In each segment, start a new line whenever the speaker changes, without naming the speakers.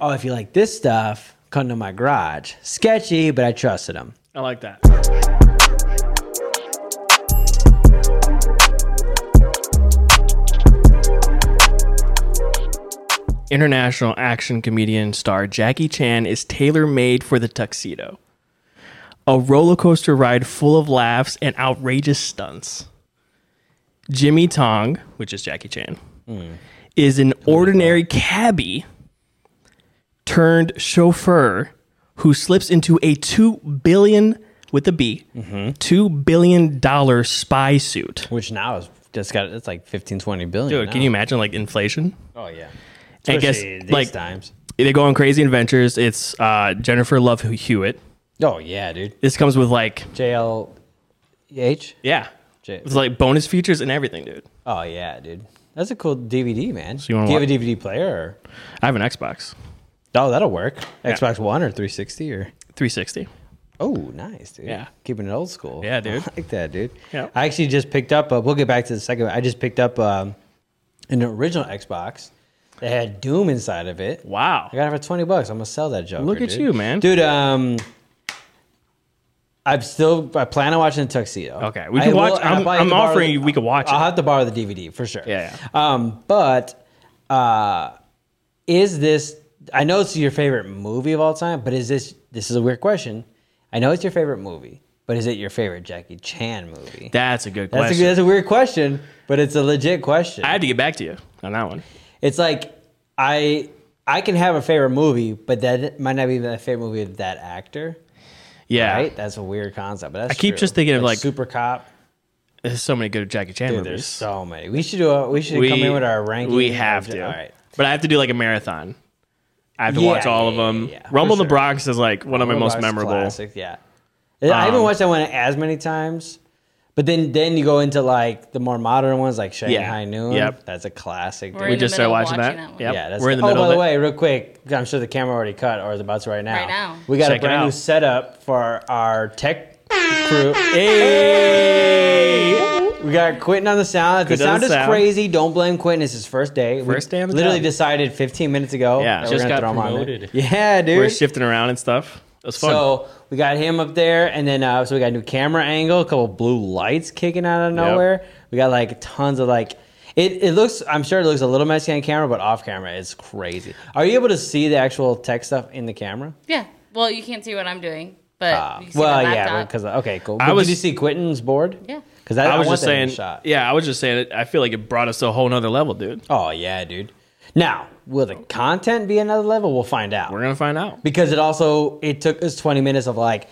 Oh, if you like this stuff, come to my garage. Sketchy, but I trusted him.
I like that. International action comedian star Jackie Chan is tailor made for the tuxedo. A roller coaster ride full of laughs and outrageous stunts. Jimmy Tong, which is Jackie Chan, is an ordinary cabbie turned chauffeur who slips into a two billion with a B, two billion dollar spy suit.
Which now is just got it's like 15, 20 billion.
Dude, can
now.
you imagine like inflation?
Oh yeah.
I guess,
Especially these
like-
times.
They go on crazy adventures. It's uh, Jennifer Love Hewitt.
Oh yeah, dude.
This comes with like
JLH.
yeah,
J-
it's like bonus features and everything, dude.
Oh yeah, dude. That's a cool DVD, man.
you wanna
Do you have
watch-
a DVD player? Or...
I have an Xbox
Oh, that'll work. Xbox One or 360 or.
360.
Oh, nice, dude.
Yeah.
Keeping it old school.
Yeah, dude.
I like that, dude.
Yeah.
I actually just picked up, uh, we'll get back to the second one. I just picked up um, an original Xbox that had Doom inside of it.
Wow.
I got it for 20 bucks. I'm going to sell that joke.
Look at you, man.
Dude, um, I'm still, I plan on watching the tuxedo.
Okay, we
I
can
will-
watch-
I'll
I'm-
probably have
I'm
to borrow
offering
the-
you we can watch
I'll
it.
have to borrow the DVD for sure.
Yeah, yeah.
Um, but uh, is this? I know it's your favorite movie of all time, but is this? This is a weird question. I know it's your favorite movie, but is it your favorite Jackie Chan movie?
That's a good
that's, a,
question.
that's a weird question, but it's a legit question.
I had to get back to you on that one.
it's like I I can have a favorite movie, but that might not be my favorite movie of that actor.
Yeah,
Right? That's a weird concept. But that's
I keep
true.
just thinking of, like,
Super Cop.
there's so many good Jackie Chan
Dude, there's
movies.
so many. We should do. A, we should come in with our ranking.
We
of-
have to.
All right.
But I have to do like a marathon. I have to
Yeah,
watch all of
yeah,
them.
yeah, yeah, for
Rumble in
sure.
the Bronx is like one of my most
Roblox
memorable. Um,
Classic, yeah. I haven't watched that one as many times. But then then you go into like the more modern ones like Shanghai Noon.
Yep.
That's a classic.
We
dude.
in the
just started
middle of
watching,
watching
that.
that one.
Yep.
Yeah, that's
we're in the
oh,
middle
by
of
the
it.
way, real quick, I'm sure the camera already cut or is about to right now.
Right now.
We got
Check
a
it
brand new
out.
setup for our tech crew. We got Quentin on the sound. If the
Quentin on
sound
the
is
sound.
crazy, don't blame Quentin. It's his first day. We
First day on the
Literally
job.
decided 15 minutes ago.
Yeah.
that we're
Just
gonna
got
throw him on there.
promoted.
Yeah, dude.
We're shifting around and stuff. It was fun.
So we got him up there, and then uh, so we got a new camera angle, a couple blue lights kicking out of nowhere. We got like tons of like. It, it looks I'm sure it looks a little messy on camera, but off camera it's crazy. Are you able to see the actual tech stuff in the camera?
Yeah. Well, you can't see what I'm doing, but
Uh,
you can see
well,
my
yeah,
laptop.
because okay, cool.
I
But
was-
did you see Quentin's board?
Yeah.
because I,
I was
want
just
that in
saying,
the shot.
yeah, I was just saying. It, I feel like it brought us to a whole nother level, dude.
Oh yeah, dude. Now will the content be another level? We'll find out.
We're gonna find out.
because it also it took us 20 minutes of like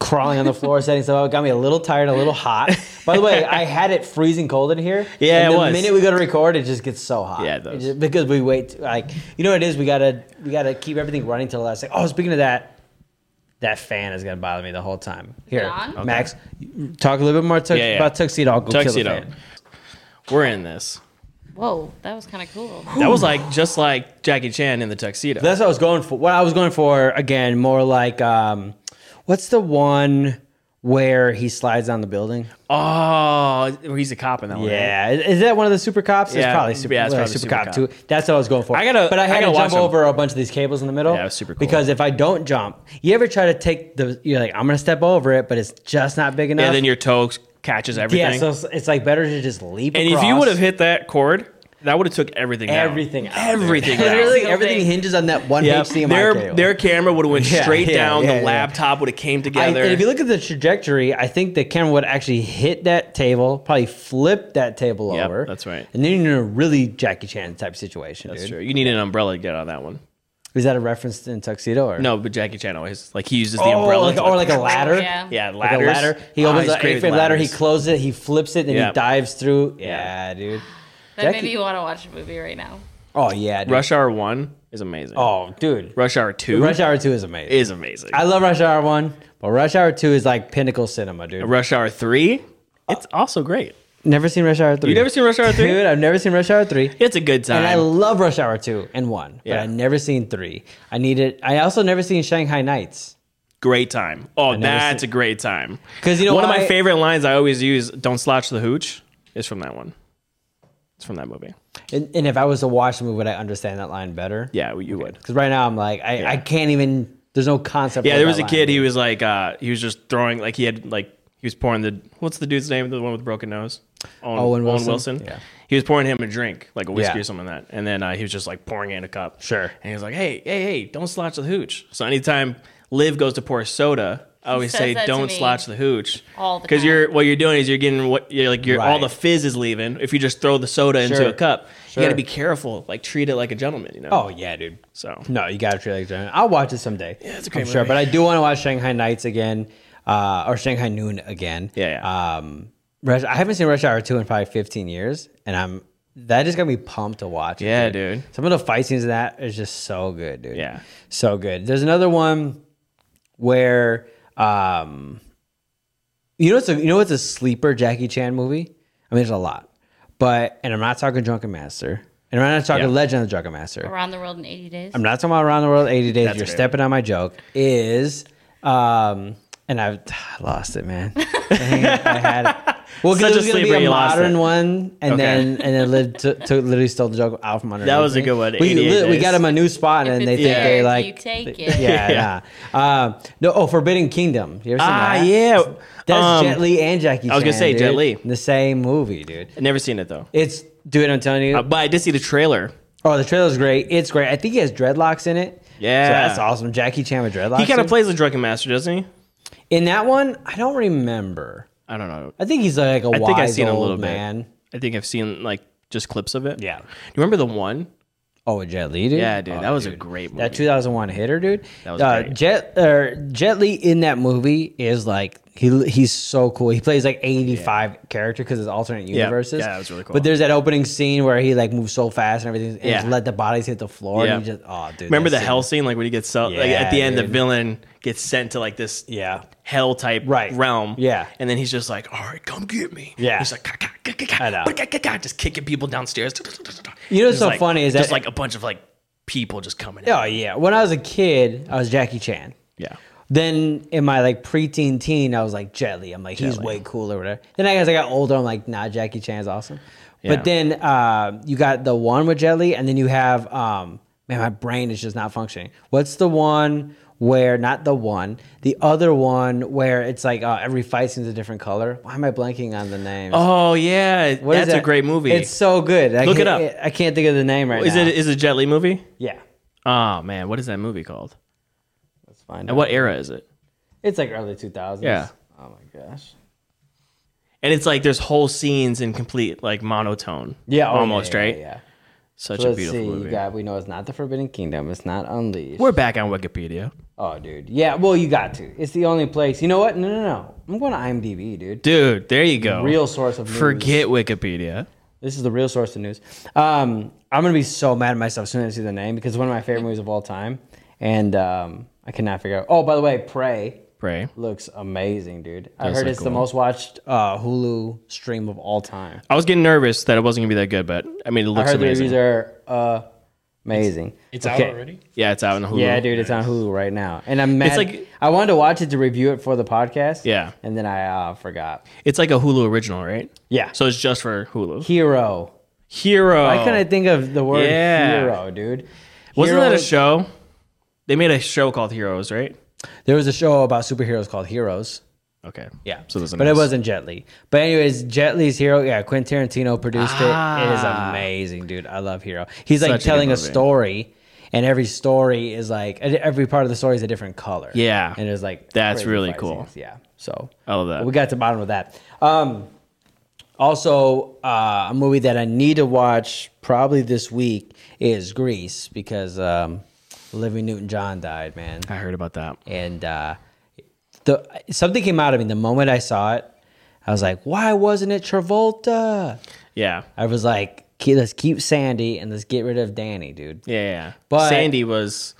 crawling on the floor setting stuff up it got me a little tired a little hot by the way i had it freezing cold in here
Yeah,
and
it
the
was.
minute we go to record it just gets so hot
Yeah, it does.
just- because we wait t- like you know what it is we gotta we gotta keep everything running till the last thing oh speaking of that that fan is gonna bother me the whole time here
John? Okay.
max talk a little bit more tux-
Yeah, yeah.
about tuxedo i'll go tuxedo.
Tuxedo. We're in this.
Whoa, that was kind of cool.
That was like just like Jackie Chan in the tuxedo.
That's what I was going for. What I was going for again, more like um, what's the one where he slides down the building?
oh, he's a cop in that one. right?
Yeah, is is that one of the super cops? it's
Yeah,
probably super.
yeah, it's
well,
probably
super,
Super
cop,
Cop.
too. That's what I was going for.
I gotta-
but I
I
had
gotta
to
watch
jump
them.
over a bunch of these cables in the middle.
Yeah, it was super cool.
Because if I don't jump, you ever try to take the? You're like, I'm gonna step over it, but it's just not big enough.
And then your toe catches everything.
yeah, so it's, it's like better to just leap.
and if you would have hit that chord, that would have took everything. down.
everything, out, dude.
Everything. down.
Literally,
Single
everything
thing.
hinges on that one
Yeah,
HDMI
their
cable.
their camera would have went
Yeah,
straight
yeah,
down.
yeah,
the
yeah.
laptop would have came
I,
together.
and if you look at the trajectory, I think the camera would actually hit that table, probably flip that table
Yep,
over.
that's right.
And then you're in a really Jackie Chan type situation,
That's
dude.
true. You need an umbrella to get out of that one.
Is that a reference in tuxedo or
No, but Jackie Chan always like he uses the
Oh,
umbrella
like-
to-
or like a ladder.
Yeah.
yeah
Like a
ladders.
ladder. He
Oh,
opens
he's
an
great with
A-frame ladder. He
ladders.
closes it. He flips it. Then
Yeah.
he dives through. Yeah,
Yeah.
dude.
That
Jackie-
made me want to watch a movie right now.
Oh yeah, dude.
Rush Hour One is amazing.
Oh, dude.
Rush Hour Two
Rush Hour Two is amazing.
is amazing.
I love Rush Hour One, but Rush Hour Two is like pinnacle cinema, dude.
Rush Hour Three, it's also great.
never seen Rush Hour Three.
You never seen Rush Hour Three?
Dude, I've never seen Rush Hour Three.
It's a good time.
And I love Rush Hour Two and One, but
Yeah.
I never seen Three. I needed. I also never seen Shanghai Nights.
great time. Oh,
never
that's
seen-
a great time.
'Cause you know
one of
why-
my favorite lines I always use, "Don't slouch the hooch," is from that one. It's from that movie.
And, and if I was to watch the movie, would I understand that line better?
Yeah, well, you would.
Because right now I'm like, I, I can't even. There's no concept.
Yeah,
of
there
that
was a
line.
kid. He was like, uh, he was just throwing, like he had, like he was pouring the what's the dude's name? The one with the broken nose. Owen,
Owen Wilson?
Yeah. He was pouring him a drink, like a whiskey
Yeah.
or something like that, and then uh, he was just like pouring it in a cup.
Sure.
And he was like, hey, hey, hey, don't slouch the hooch. So anytime Liv goes to pour soda. I always
says
say,
that to
"Don't
me
slouch the hooch,"
all the
because
time.
you're what you're doing is you're getting what you're like. You're all
Right.
the fizz is leaving. If you just throw the soda into
Sure.
a cup, you got
Sure.
to be careful. Like treat it like a gentleman, you know.
Oh yeah, dude.
so
No, you gotta treat it like a gentleman. I'll watch it someday. Yeah,
it's a great
I'm sure,
movie.
but I do want to watch Shanghai Nights again, uh, or Shanghai Noon again.
Yeah, yeah.
Um, Rush, I haven't seen Rush Hour two in probably 15 years, and I'm that just got me pumped to watch. it,
Yeah, dude.
Some of the fight scenes in that is just so good, dude.
Yeah.
so good. There's another one where, um, you know, it's a you know, it's a sleeper Jackie Chan movie. I mean, there's a lot, but and I'm not talking Drunken Master, and I'm not talking
Yeah.
Legend of the Drunken Master.
Around the world in 80 days.
I'm not talking about around the world 80 days.
That's
You're
great.
stepping on my joke. Is um, and I've I lost it, man. Dang it, I had it. Well,
Such
because it
a
was going to
sleeper,
be a
you lost it.
modern one, and
Okay.
then and then lived to, to literally stole the joke out from under.
That was a
me.
good one,
We,
88
li- we
days.
got him a new spot, and
If
they
it's
think
there,
they
you
like
take
th-
it.
Yeah, nah. Uh, no, oh, Forbidden Kingdom. You ever seen
Ah,
that?
yeah.
That's
Um,
Jet Li and Jackie.
I was gonna
Chan,
say, Jet
dude.
Li.
the same movie, dude.
I've never seen it though.
It's dude, I'm telling you,
Uh, but I did see the trailer.
Oh, the trailer's great. It's great. I think he has dreadlocks in it.
Yeah.
So that's awesome. Jackie Chan with dreadlocks.
He kind of
in.
plays the drunken master, doesn't he?
in that one. I don't remember.
I don't know.
I think he's like a
I
wise
think I've seen a
old
little
man.
bit. I think I've seen like just clips of it.
Yeah.
You remember the one?
Oh, with Jet Li, dude.
Yeah, dude,
Oh,
that was a great movie.
That 2001 hitter, dude.
That was
uh,
great.
Jet or Jet Li in that movie is like he he's so cool. He plays like 85 character because it's alternate universes.
Yeah, that was really cool.
But there's that opening scene where he like moves so fast and everything, and
Yeah.
just let the bodies hit the floor.
Yeah.
And he just oh, dude.
remember
that
the
scene-
hell scene, like when he gets so, like at
Yeah,
the end, the
dude.
villain gets sent to like this
Yeah.
hell type
Right.
realm.
Yeah.
and then he's just like, "All right, come get me."
Yeah.
he's like, "Ka, ka, ka, ka, ka,
I know.
ba, ka, ka, ka," just kicking people downstairs.
You know what's
Just,
so
like-
funny is
just
that-
like a bunch of like people just coming.
Oh
Yeah,
yeah. When I was a kid, I was Jackie Chan.
yeah.
Then in my like preteen teen, I was like Jet Li. I'm like he's way cooler, or whatever. Then I guess I got older. I'm like, nah, Jackie Chan's awesome.
Yeah.
But then uh, you got the one with Jet Li, and then you have um, man, my brain is just not functioning. What's the one where not the one, the other one where it's like uh, every fight scene's a different color? Why am I blanking on the name?
Oh yeah, that's a great movie.
It's so good. I
Look it
can't-
up.
I can't think of the name right
is
now.
it is it a Jet Li movie?
Yeah,
Oh man, what is that movie called?
let's find
And
out.
what era is it?
It's like early 2000s.
Yeah.
Oh my gosh.
And it's like there's whole scenes in complete like monotone.
Yeah, oh,
almost
yeah, yeah,
right.
Yeah.
Such
So
a
let's
beautiful
see.
movie.
You got. We know it's not the Forbidden Kingdom. It's not Unleashed.
We're back on Wikipedia,
oh, dude. Yeah. Well, you got to. It's the only place. You know what? No, no, no. I'm going to IMDb, dude.
dude. There you go.
Real source of news.
Oh. Forget Wikipedia.
This is the real source of news. Um, I'm gonna be so mad at myself as soon as I see the name because it's one of my favorite movies of all time, and um, I cannot figure out. Oh, by the way, Prey
Pray.
looks amazing, dude. I
Does
heard
look
it's the
cool.
most watched uh, Hulu stream of all time.
I was getting nervous that it wasn't gonna be that good, but I mean, it
I
looks
heard
amazing.
the reviews are uh, amazing.
It's out
Okay.
already.
yeah, it's out in Hulu.
Yeah, dude, it's on Hulu right now, and I'm mad.
like-
I wanted to watch it to review it for the podcast.
Yeah.
and then I uh, forgot.
It's like a Hulu original, right?
Yeah.
So it's just for Hulu.
Hero.
Hero.
Why couldn't I think of the word
Yeah.
hero, dude?
Wasn't
Hero-
that a show? They made a show called Heroes, right?
There was a show about superheroes called Heroes.
Okay.
Yeah,
So there's a
but it
nice-
wasn't Jet Li. But anyways, Jet Li's Hero. Yeah, Quentin Tarantino produced it. It is
Ah.
amazing, dude. I love Hero. He's
Such a
like
good
telling a,
movie.
story, and every story is like every part of the story is a different color.
Yeah.
and it's like
That's
crazy
really
fight
cool.
scenes. Yeah, so
I love that.
We got to the bottom of that. Um, also, uh, a movie that I need to watch probably this week is Grease because um, Olivia Newton John died, man
I heard about that.
and uh, the something came out of me the moment I saw it. I was like, "Why wasn't it Travolta?"
Yeah.
I was like, "Ke- "Let's keep Sandy and let's get rid of Danny, dude."
Yeah, yeah, yeah.
But-
Sandy was,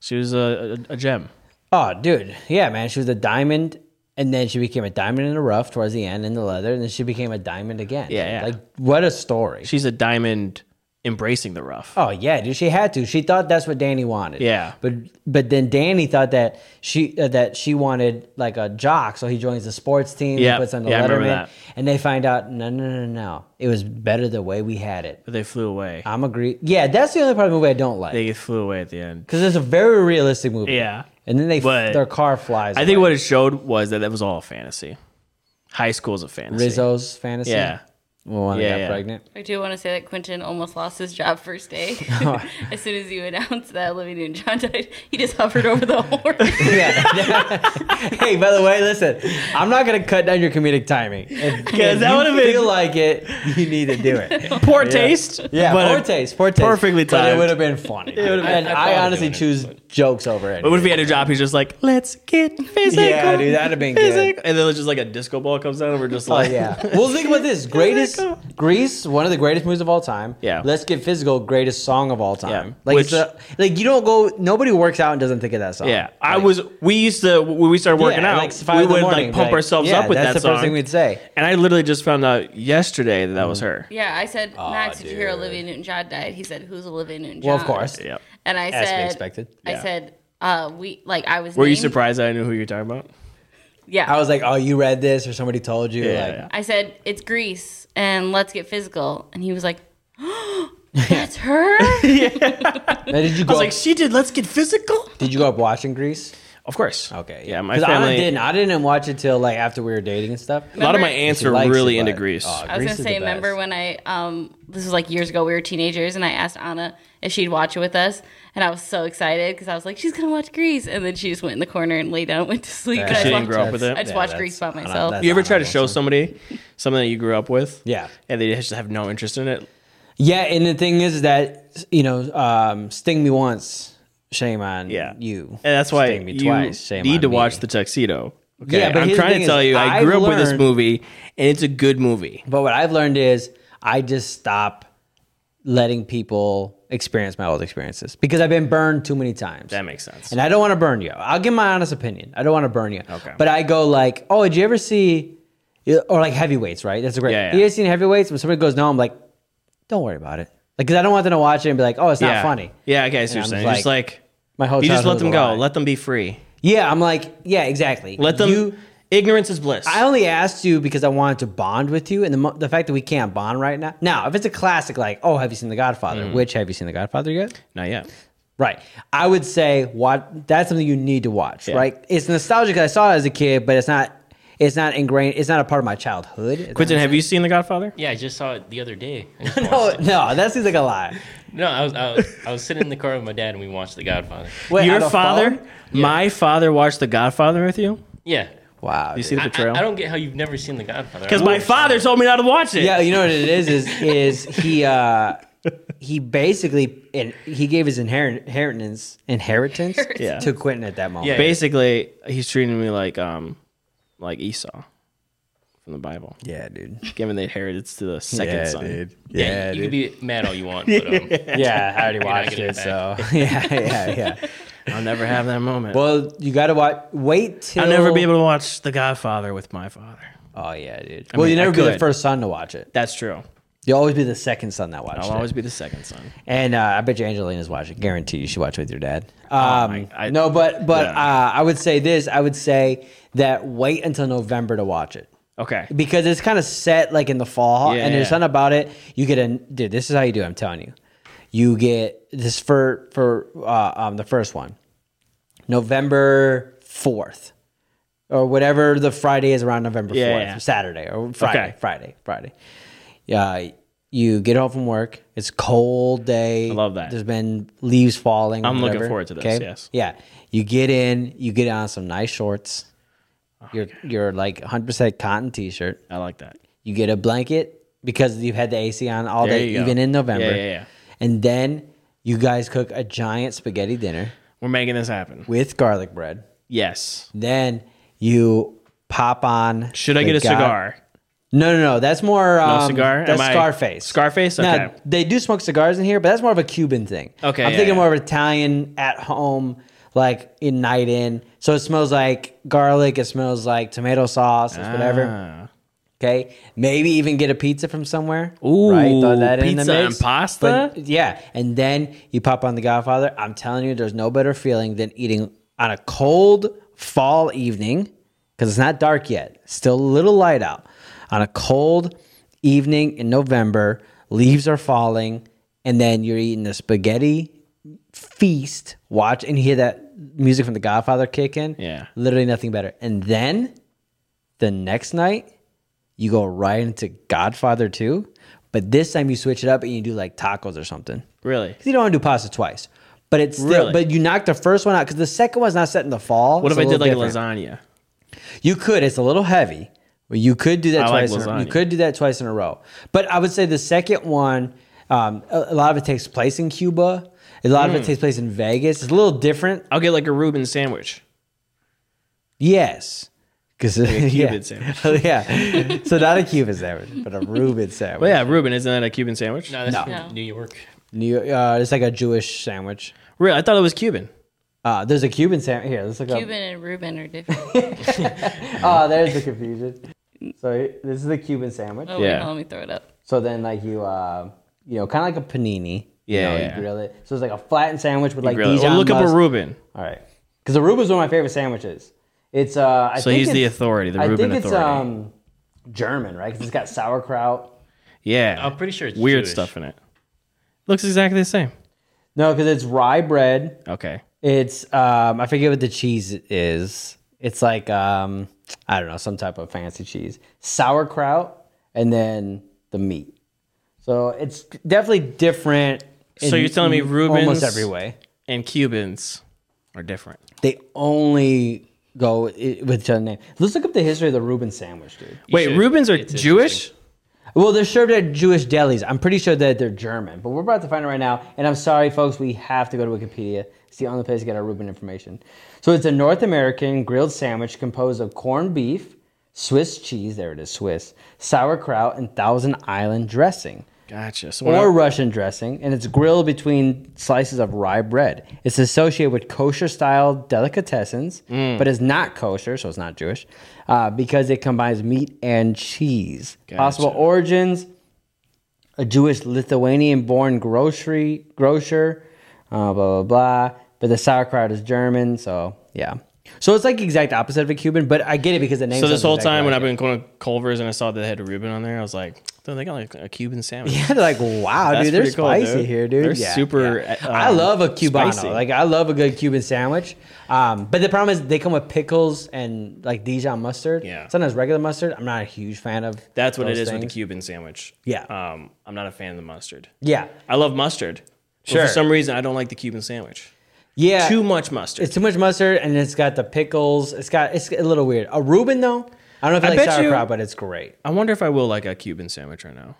she was a, a, a gem.
Oh, dude, yeah, man, she was a diamond, and then she became a diamond in the rough towards the end in the leather, and then she became a diamond again.
Yeah, yeah.
like what a story.
She's a diamond embracing the rough.
Oh yeah, dude. She had to. She thought that's what Danny wanted.
Yeah.
But but then Danny thought that she uh, that she wanted like a jock, so he joins the sports team.
Yeah.
He puts on the
Yeah, I remember
Letterman,
that.
and they find out no no no no. It was better the way we had it.
But they flew away.
I'm agree. Yeah, that's the only part of the movie I don't like
They flew away at the end.
because it's a very realistic movie.
Yeah.
And then they
But-
their car flies.
I think
away.
what it showed was that that was all a fantasy. High school's a fantasy.
Rizzo's fantasy.
Yeah.
Well, when I
Yeah,
got
yeah.
pregnant.
I do want to say that Quentin almost lost his job first day. as soon as you announced that Olivia Newton-John died, he just hovered over the horse.
Yeah. hey, by the way, listen, I'm not gonna cut down your comedic timing because
that would've been-
feel like it. You need to do it.
Poor taste.
Yeah,
but
poor taste, poor taste.
perfectly
But it
timed.
would have been funny.
would've been-
and
I
I,
probably
honestly
would've,
choose jokes over
But
it.
what if he had a job? He's just like, let's get physical.
Yeah, dude, that'd have been good.
physical." And then it's just like a disco ball comes down, and we're just
Oh
like,
yeah. well, think about this. Greatest
go?
Grease, one of the greatest movies of all time.
Yeah.
Let's get physical. Greatest song of all time.
Yeah.
Like it's
Which-
a, like you don't go. Nobody works out and doesn't think of that song.
Yeah, I
Like,
was. We used to when we started working
yeah,
out.
Like five
we
in the
would
morning,
like pump ourselves
yeah,
up with
that's
that
the
song.
first thing we'd say.
And I literally just found out yesterday that that was her.
Mm-hmm.
yeah, I said, Max, did you hear
dude.
Olivia Newton-John died? He said, who's Olivia Newton-John?
Well, of course.
Yeah.
And I
As we
said,
expected.
I
Yeah.
said, uh, we like I was.
Were you
named-
surprised that I knew who you were talking about?
Yeah,
I was like, "Oh, you read this, or somebody told you?"
Yeah,
like,
yeah.
I said, it's Grease and let's get physical. And he was like, that's her?
Now, did you
I
go?
was like, she did. Let's get physical.
did you go up watching Grease?
Of course.
Okay,
Yeah, my
'Cause
family.
I didn't. I didn't watch it till like after we were dating and stuff.
A lot of my
Remember-
aunts
She
are
likes
really
it,
into
but-
Grease.
oh,
I was
Grease
going
is
to
the
say, remember
best.
when I, um, this was like years ago, we were teenagers, and I asked Anna if she'd watch it with us. And I was so excited because I was like, she's going to watch Grease. And then she just went in the corner and lay down and went to sleep.
Yeah.
and I
She didn't
watched-
grow up with it?
I just
Yeah,
watched
that's-
Grease by
I don't-
myself.
that's-
you ever try to
That's
show
awesome.
somebody something that you grew up with?
Yeah.
And they just have no interest in it.
Yeah, and the thing is that you know, um, sting me once, shame on
Yeah.
you.
And that's why
sting me
you
twice, shame
need
on
to
me.
watch the tuxedo. Okay.
Yeah, but
I'm
here's the
trying
thing
to
is,
tell you, I
I've
grew up with this
learned-
movie, and it's a good movie.
But what I've learned is I just stop letting people experience my old experiences because I've been burned too many times.
That makes sense.
And I don't want to burn you. I'll give my honest opinion. I don't want to burn you.
Okay.
But I go like, oh, did you ever see, uh, or like heavyweights, right? That's a great.
Yeah, yeah.
You ever seen heavyweights? When somebody goes, no, I'm like, don't worry about it, like, because I don't want them to watch it and be like, oh, it's
yeah.
not funny.
Yeah, okay, I see what
And
you're
I'm
saying. Just
just
like
My whole
you just let
childhood
them
was a
go.
lie.
Let them be free.
yeah, I'm like, yeah, exactly.
Let them.
You-
ignorance is bliss.
I only asked you because I wanted to bond with you, and the, mo- the fact that we can't bond right now. Now, if it's a classic like, oh, have you seen The Godfather?
Mm.
Which have you seen The Godfather yet?
Not yet.
Right. I would say what that's something you need to watch. Right. It's nostalgic. 'cause I saw it as a kid, but it's not. It's not ingrained. It's not a part of my childhood. Is
Quentin, have you seen The Godfather?
Yeah, I just saw it the other day. I just
that-
watched
No, no, that seems like a lie.
it. no, I was, I was I was sitting in the car with my dad and we watched The Godfather.
Wait, on
Your
a
father,
phone?
my father, watched The Godfather with you.
Yeah,
Wow.
You
dude.
see the
I,
betrayal?
I, I don't get how you've never seen The Godfather.
Because my father told me not to watch it.
Yeah, you know what it is is is he uh he basically and he gave his inherit- inheritance inheritance
Yeah.
to Quentin at that moment.
Yeah.
Basically, he's treating me like um, like Esau from the Bible,
Yeah, dude.
giving the inheritance to the second son.
yeah, you, you can be mad all you want, but um,
Yeah, I already
not
watched
getting
it,
it
so yeah, yeah, yeah.
I'll never have that moment.
Well, you gotta watch. Wait till
I'll never be able to watch The Godfather with my father.
Oh yeah, dude. well, you
mean, I
never be the
could.
first son to watch it.
That's true.
You'll always be the second son that watched
I'll
it.
always be the second son.
And uh, I bet you Angelina's watching. Guarantee you, she watched with your dad. Um,
Oh, my- I-
no, but but
Yeah.
uh, I would say this. I would say that wait until November to watch it.
Okay.
because it's kind of set like in the fall
Yeah,
and there's
yeah.
something about it you get a dude this is how you do it, i'm telling you you get this for for uh, um, the first one november 4th or whatever the friday is around november 4th
Yeah, yeah.
saturday or friday
Okay.
friday friday yeah you get home from work it's cold day i
love that.
there's been leaves falling
I'm looking
whatever,
forward to this, yes.
yeah you get in you get on some nice shorts
Oh,
your your like 100% cotton t-shirt
I like that.
you get a blanket because you've had the AC on all
There
day,
you go.
even in November.
Yeah, yeah, yeah.
And then you guys cook a giant spaghetti dinner
We're making this happen.
with garlic bread.
Yes.
Then you pop on.
Should I
the
get a
God-
cigar?
No, no, no. That's more um,
cigar?
That's
Am I-
Scarface.
Scarface? Okay.
Now they do smoke cigars in here, but that's more of a Cuban thing.
Okay,
I'm
yeah,
thinking
yeah.
more of Italian at home, like in night in. So it smells like garlic. It smells like tomato sauce. It's whatever.
Ah.
Okay, maybe even get a pizza from somewhere.
Ooh,
throw that in the
pizza and
mix.
pasta?
But, yeah, and then you pop on The Godfather. I'm telling you, there's no better feeling than eating on a cold fall evening because it's not dark yet, still a little light out. On a cold evening in November, leaves are falling, and then you're eating the spaghetti feast. Watch and you hear that music from The Godfather kick in.
Yeah.
literally nothing better. And then the next night you go right into Godfather 2, but this time you switch it up and you do like tacos or something.
Really?
'Cause you don't want to do pasta twice. But it's still,
Really?
but you knocked the first one out because the second one's not set in the fall.
What
It's
if I did
little
like
different.
a lasagna?
You could. It's a little heavy. But you could do that
I
twice.
like
in a, you
lasagna.
could do that twice in a row. But I would say the second one, um, a, a lot of it takes place in Cuba. A lot
Mm.
of it takes place in Vegas. It's a little different.
I'll get like a Reuben sandwich.
Yes. Because a
Cuban
yeah. yeah. So not a Cuban sandwich, but a Reuben sandwich.
But yeah, Reuben isn't that a Cuban sandwich?
No, that's
No.
from
No.
New York.
New York, uh, it's like a Jewish sandwich.
Really? I thought it was Cuban.
Uh, there's a Cuban sandwich here. Let's look
Cuban and Reuben are different.
up. Oh, there's the confusion. So this is the Cuban sandwich.
Oh,
Yeah.
wait, let me throw it up.
So then, like you, uh, you know, kind of like a panini.
Yeah,
You, know,
yeah.
you grill it. So it's like a flattened sandwich with like
Really?
Dijon
Or Oh, look up a
mus-
Reuben.
All right, because the Reuben's one of my favorite sandwiches. It's uh, I
So
think
he's the
it's-
authority, the
I
Reuben
think it's
authority.
um, German, right? Because it's got sauerkraut.
yeah.
I'm pretty sure it's
Weird
Jewish.
stuff in it. Looks exactly the same.
No, because it's rye bread.
Okay.
It's um I forget what the cheese is. It's like um I don't know, some type of fancy cheese. Sauerkraut and then the meat. So it's definitely different.
So you're telling me Reuben's-
almost every way.
And Cubans are different.
They only go i- with the name. Let's look up the history of the Reuben sandwich, dude.
Wait,
should.
Reubens are
It's
Jewish?
Well, they're served at Jewish delis. I'm pretty sure that they're German, but we're about to find out right now. And I'm sorry, folks, we have to go to Wikipedia. It's the only place to get our Reuben information. So it's a North American grilled sandwich composed of corned beef, Swiss cheese, there it is, Swiss, sauerkraut, and Thousand Island dressing.
Gotcha. So
Or
when I-
Russian dressing, and it's grilled between slices of rye bread. It's associated with kosher style delicatessens,
Mm.
but is not kosher, so it's not Jewish, uh, because it combines meat and cheese. Possible origins a Jewish Lithuanian born grocery grocer, uh, blah blah blah. But the sauerkraut is German, so yeah. So it's like exact opposite of a Cuban, but I get it because the name.
so this
sounds
whole
exactly
time when
like
I've been going to Culver's and I saw they had a Reuben on there, I was like, "Dude, they got like a Cuban sandwich."
Yeah, they're like, wow,
That's
dude, they're
pretty cool,
spicy
dude.
here, dude.
They're
Yeah,
super,
yeah.
uh,
I love a cubano.
spicy.
Like, I love a good Cuban sandwich. Um, but the problem is they come with pickles and like Dijon mustard.
Yeah.
Sometimes regular mustard. I'm not a huge fan of.
That's what it
those
is with the
things.
Cuban sandwich.
Yeah.
Um, I'm not a fan of the mustard.
Yeah,
I love mustard. but
Sure.
for some reason, I don't like the Cuban sandwich.
yeah.
Too much mustard.
It's too much mustard, and it's got the pickles. It's got it's a little weird. A Reuben though, I don't know if I,
I
like
bet you-
sauerkraut, but it's great.
I wonder if I will like a Cuban sandwich right now.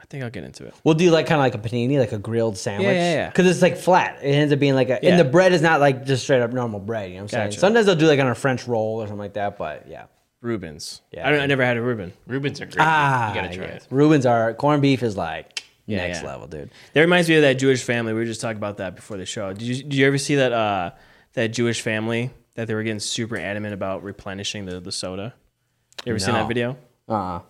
I think I'll get into it.
We'll do like kind of like a panini, like a grilled sandwich.
Yeah, yeah, yeah.
Because it's like flat. It ends up being like a,
Yeah.
and the bread is not like just straight up normal bread. You know what I'm
Gotcha.
saying? Sometimes they'll do like on a French roll or something like that, but yeah.
Rubens.
Yeah.
I, don't, I never had a Reuben.
Rubens are great.
Ah,
you gotta try it.
Rubens are corned beef is like next
yeah.
level, dude.
That reminds me of that Jewish family. We were just talking about that before the show. Did you, did you ever see that uh, that Jewish family that they were getting super adamant about replenishing the, the soda? You ever seen
No.
that video?
Uh,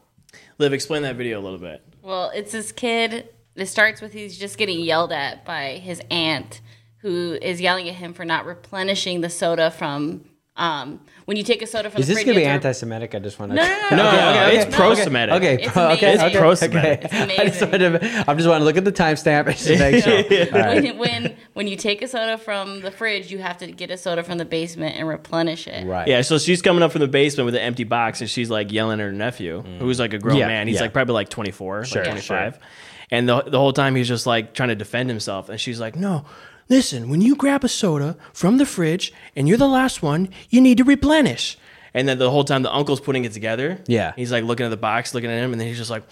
Liv, explain that video a little bit.
Well, it's this kid. It starts with he's just getting yelled at by his aunt, who is yelling at him for not replenishing the soda from. Um, when you take a soda from
is
the
this
fridge,
gonna be
you have to-
anti-Semitic? I just want to.
No, no, no, no,
no, no, it's
okay.
pro-Semitic.
Okay,
It's
pro- okay,
amazing.
okay,
It's
pro-Semitic.
okay.
It's
I just
amazing.
want to. I just want to look at the timestamp and just make sure. All right.
when, when when you take a soda from the fridge, you have to get a soda from the basement and replenish it.
Right.
Yeah, so she's coming up from the basement with an empty box, and she's like yelling at her nephew, who's like a grown
Yeah,
man. He's
yeah.
like probably like 24,
Sure,
like 25. And the, the whole time he's just like trying to defend himself. And she's like, No, listen, when you grab a soda from the fridge and you're the last one, you need to replenish. And then the whole time the uncle's putting it together.
Yeah.
He's like looking at the box, looking at him, and then he's just like,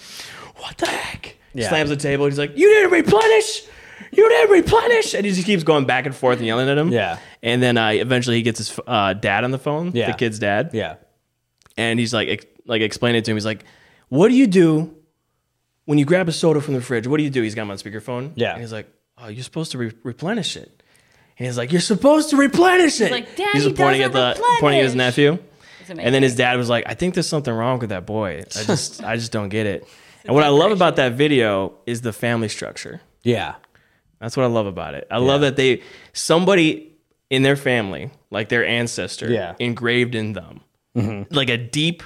What the heck?
Yeah.
Slams the table. He's like, You didn't replenish. You didn't replenish. And he just keeps going back and forth and yelling at him.
Yeah.
And then uh, eventually he gets his uh, dad on the phone,
Yeah.
the kid's dad.
Yeah.
And he's like, ex- like explain it to him. He's like, what do you do when you grab a soda from the fridge? What do you do? He's got him on speakerphone.
Yeah.
And he's like, oh, you're supposed to re- replenish it. And he's like, you're supposed to replenish it.
like, "Daddy
he's pointing at
doesn't
the pointing at his
replenish."
nephew.
It's amazing.
And then his dad was like, "I think there's something wrong with that boy. I just I just don't get it." And what I love about that video is the family structure.
Yeah.
That's what I love about it. I love that they somebody in their family, like their ancestor,
Yeah. Mm-hmm.
engraved in them like a deep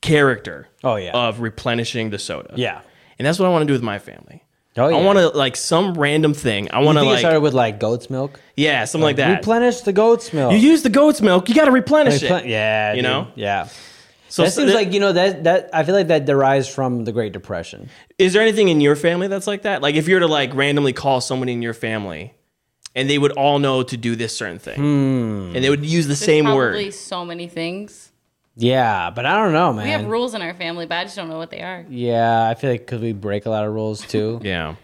character
Oh, yeah.
of replenishing the soda.
Yeah.
And that's what I want to do with my family.
Oh, yeah.
I want to like some random thing. I
You
want to
think it
like
started with like goat's milk?
yeah, something like that.
Replenish the goat's milk.
you use the goat's milk, you got to replenish
Replen-
it.
yeah.
You
dude.
know?
Yeah.
So
that seems
th-
like you know that that I feel like that derives from the Great Depression.
is there anything in your family that's like that? Like if you were to like randomly call somebody in your family and they would all know to do this certain thing.
Hmm.
And they would use the
There's
same
probably
word.
so many things.
Yeah, but I don't know, man.
We have rules in our family, but I just don't know what they are.
Yeah, I feel like because we break a lot of rules too.
Yeah.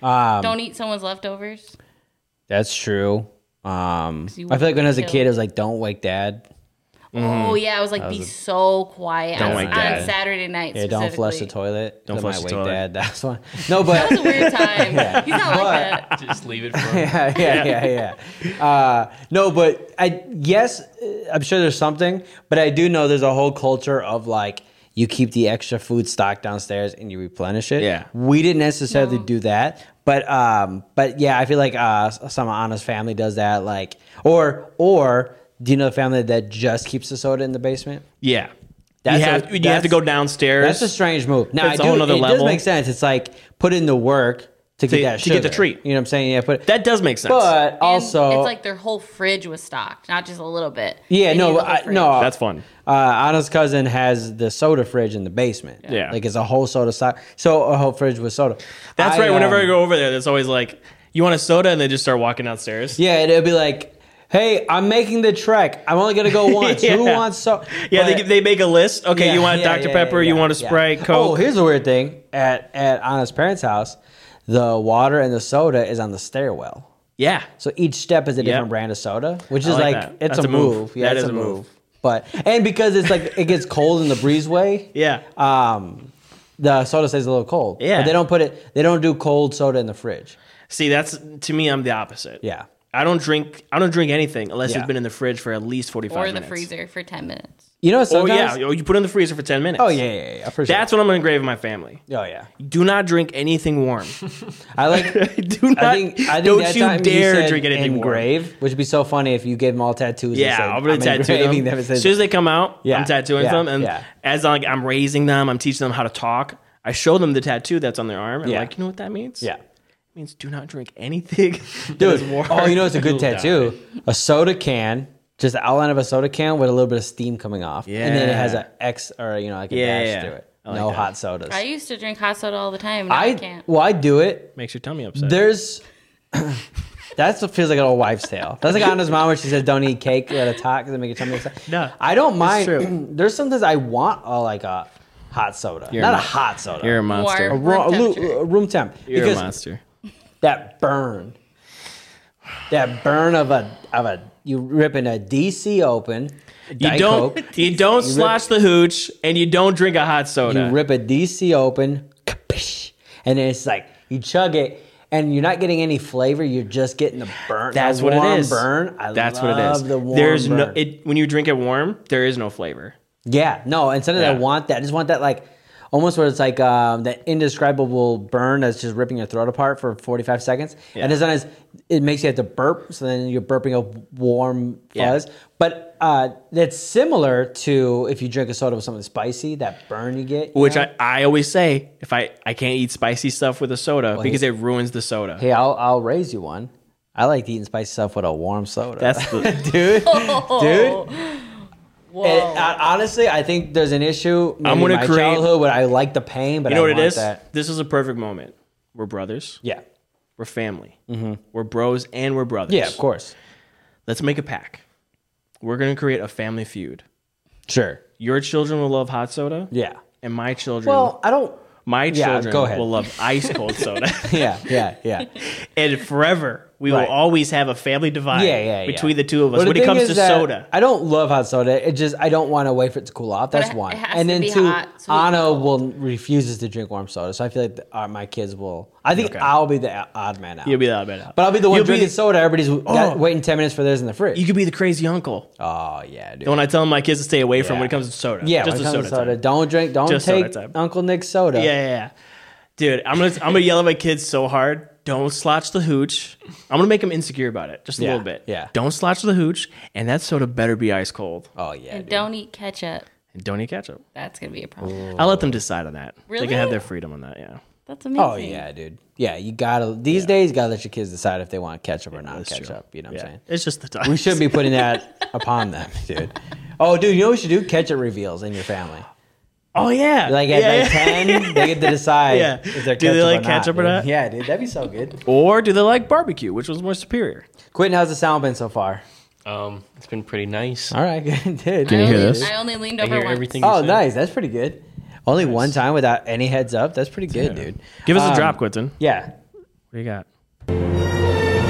don't eat someone's leftovers.
That's true. Um, I feel
you
like when I was a
killed.
kid, it was like, "Don't wake dad."
Oh yeah, I was like, be so quiet
Don't
on,
like
on
that.
Saturday night.
Yeah, don't flush the
specifically.
toilet. Don't
flush the
wake
toilet.
Dad. That's one. No, but
That was a weird time. He's not like that.
Just leave it for him.
yeah, yeah, yeah, yeah. Uh, no, but I yes, uh, I'm sure there's something, but I do know there's a whole culture of like you keep the extra food stock downstairs and you replenish it.
Yeah.
we didn't necessarily do that, but um, but yeah, I feel like uh, s- some honest family does that, like or or do you know the family that just keeps the soda in the basement?
Yeah.
That's
you
a-
have, you have to
that's-
go downstairs.
That's a strange move. Now, I
That's a
do,
whole nother
it does
level.
make sense. It's like put in the work to, get that
to get the
sugar.
treat.
You know what I'm saying? Yeah, but
that does make sense.
but
And
also
it's like their whole fridge was stocked, not just a little bit.
Yeah,
They
no,
needed the whole
I,
fridge.
no.
That's fun.
Uh, Anna's cousin has the soda fridge in the basement.
Yeah.
like it's a whole soda so- so a whole fridge with soda.
That's
I,
right. Whenever
um,
I go over there, there's always like, you want a soda? And they just start walking downstairs.
yeah, it'll be like, hey, I'm making the trek. I'm only gonna go once. Who
Yeah.
wants so?
Yeah,
But-
they, they make a list. Okay,
Yeah,
you want
yeah,
Dr.
yeah,
Pepper,
yeah,
you
yeah,
want a
yeah.
Sprite,
Oh,
Coke.
here's the weird thing at at Anna's parents' house, the water and the soda is on the stairwell.
yeah.
So each step is a different
Yep.
brand of soda, which is like,
like that.
it's
That's
a,
a move.
move. Yeah,
That
it's
is
a
a
move.
move.
But and because it's like it gets cold in the breezeway.
Yeah.
um, the soda stays a little cold.
Yeah.
But they don't put it. They don't do cold soda in the fridge.
See, that's to me, I'm the opposite.
Yeah.
I don't drink. I don't drink anything unless
Yeah.
it's been in the fridge for at least forty five
or
minutes.
the freezer for ten minutes.
You know
Or
sometimes.
Oh, yeah, or you put it in the freezer for ten minutes.
Oh yeah, yeah, yeah, for sure.
That's what I'm gonna engrave in my family.
oh yeah.
Do not drink anything warm.
I like.
Do not.
I think. I think
don't
that
you
time
dare
said
drink anything warm.
engrave, which would be so funny if you gave them all tattoos.
Yeah, I'm
and
gonna
said,
tattoo
engraving
them.
It
As
says,
soon as they come out,
Yeah,
I'm tattooing
yeah,
them, and
yeah.
as like I'm raising them, I'm teaching them how to talk. I show them the tattoo that's on their arm, and
Yeah.
I'm like, you know what that means?
yeah.
it means do not drink anything. that
Dude,
is warm.
oh, you know it's a good
You'll die.
tattoo. A soda can, just the outline of a soda can with a little bit of steam coming off, and then it has
Yeah.
an X or you know like a
Yeah,
dash
yeah,
to
yeah.
it.
I like
no
that.
hot sodas.
I used to drink hot soda all the time. Now I,
I
can't.
well, I do it
makes your tummy upset.
There's that's what feels like an old wives' tale. That's like Anna's mom where she says, "Don't eat cake at a talk because it make your tummy upset."
No,
I don't mind.
true.
there's sometimes I want a like a hot soda, not a hot soda,
You're a
monster.
monster.
Warm.
Ro-
Room
lu-
temperature.
uh, room temp
You're a
because
monster.
that burn, that burn of a of a you ripping a DC open.
You
Diet
don't.
Coke,
You don't slosh the hooch, and you don't drink a hot soda.
You rip a DC open, kapish, and then it's like you chug it, and you're not getting any flavor. You're just getting the burn.
That's
the
what it
warm
is.
Burn. I
That's
love
what it is.
The warm
There's
burn.
no. It when you drink it warm, there is no flavor.
yeah, no. And sometimes I
Yeah.
want that. I just want that like. Almost where it's like um, that indescribable burn that's just ripping your throat apart for 45 seconds. And as long as it makes you have to burp, so then you're burping a warm
Yeah.
fuzz. But uh, that's similar to if you drink a soda with something spicy, that burn you get. you
Which
know?
I, I always say, if I I can't eat spicy stuff with a soda because
he-
it ruins the soda.
Hey, I'll I'll raise you one. I like eating spicy stuff with a warm soda.
That's the.
dude.
Oh, Whoa.
And I- honestly, I think there's an issue. Maybe I'm
gonna
gonna my
create-
childhood where I like the pain, but
you know
I
what it
want
is?
That.
This is a perfect moment. We're brothers.
Yeah, Mm-hmm.
We're family. We're bros and we're brothers.
yeah, of course,
Let's make a pack. We're gonna create a family feud.
sure,
Your children will love hot soda.
yeah.
And my children.
Well, I don't.
my
yeah,
children
go ahead.
will love ice cold soda.
Yeah, yeah, yeah.
and forever
we
Right.
will always have a family divide
Yeah, yeah, yeah.
between the two of us
But the
when it
thing
comes
is
to
that
soda.
I don't love hot soda. It just I don't want to wait for it to cool off. That's
it-
one.
it has
and
to
then
be
two,
hot, sweet, and
Anna will refuses to drink warm soda. So I feel like the, uh, my kids will. I think I'll be the o- odd man out.
You'll be the odd man out.
but I'll be the one
You'll be-
drinking soda. Everybody's got-
Oh.
waiting ten minutes for theirs in the fridge.
You could be the crazy uncle.
oh yeah, dude.
The one I tell my kids to stay away from
Yeah.
when it comes to soda.
yeah,
just
when
the
it comes
soda.
to
time.
Don't drink. Don't
Just soda
take
time.
Uncle Nick's soda.
Yeah, yeah, yeah. Dude, I'm gonna I'm gonna yell at my kids so hard. Don't slouch the hooch. I'm gonna make them insecure about it just a
Yeah,
little bit.
yeah.
Don't slouch the hooch, and that soda better be ice cold.
Oh yeah.
And
dude.
don't eat ketchup.
And don't eat ketchup.
That's gonna be a problem.
I'll let them decide on that. They
Really?
can have their freedom on that. Yeah.
That's amazing.
Oh yeah, dude. Yeah, you gotta these days you gotta let your kids decide if they want ketchup or not ketchup. You know what
Yeah.
I'm saying?
It's just the time.
We shouldn't be putting that upon them, dude. Oh, dude, you know what we should do? Ketchup reveals in your family.
Oh yeah.
Like at
yeah,
like
yeah.
ten, they get to decide
Yeah.
if they're
Do
ketchup
they like
or
ketchup or
dude.
not?
Yeah, dude, that'd be so good.
Or do they like barbecue? Which was more superior?
Quentin, how's the sound been so far?
Um, it's been pretty nice.
All right, good, dude.
I
you hear
only,
this?
I only leaned
I
over
hear
once.
everything. you
Oh,
said.
nice. That's pretty good. Only one time without any heads up. That's pretty good, dude.
Give us
Um,
a drop, Quentin.
Yeah.
What do you got?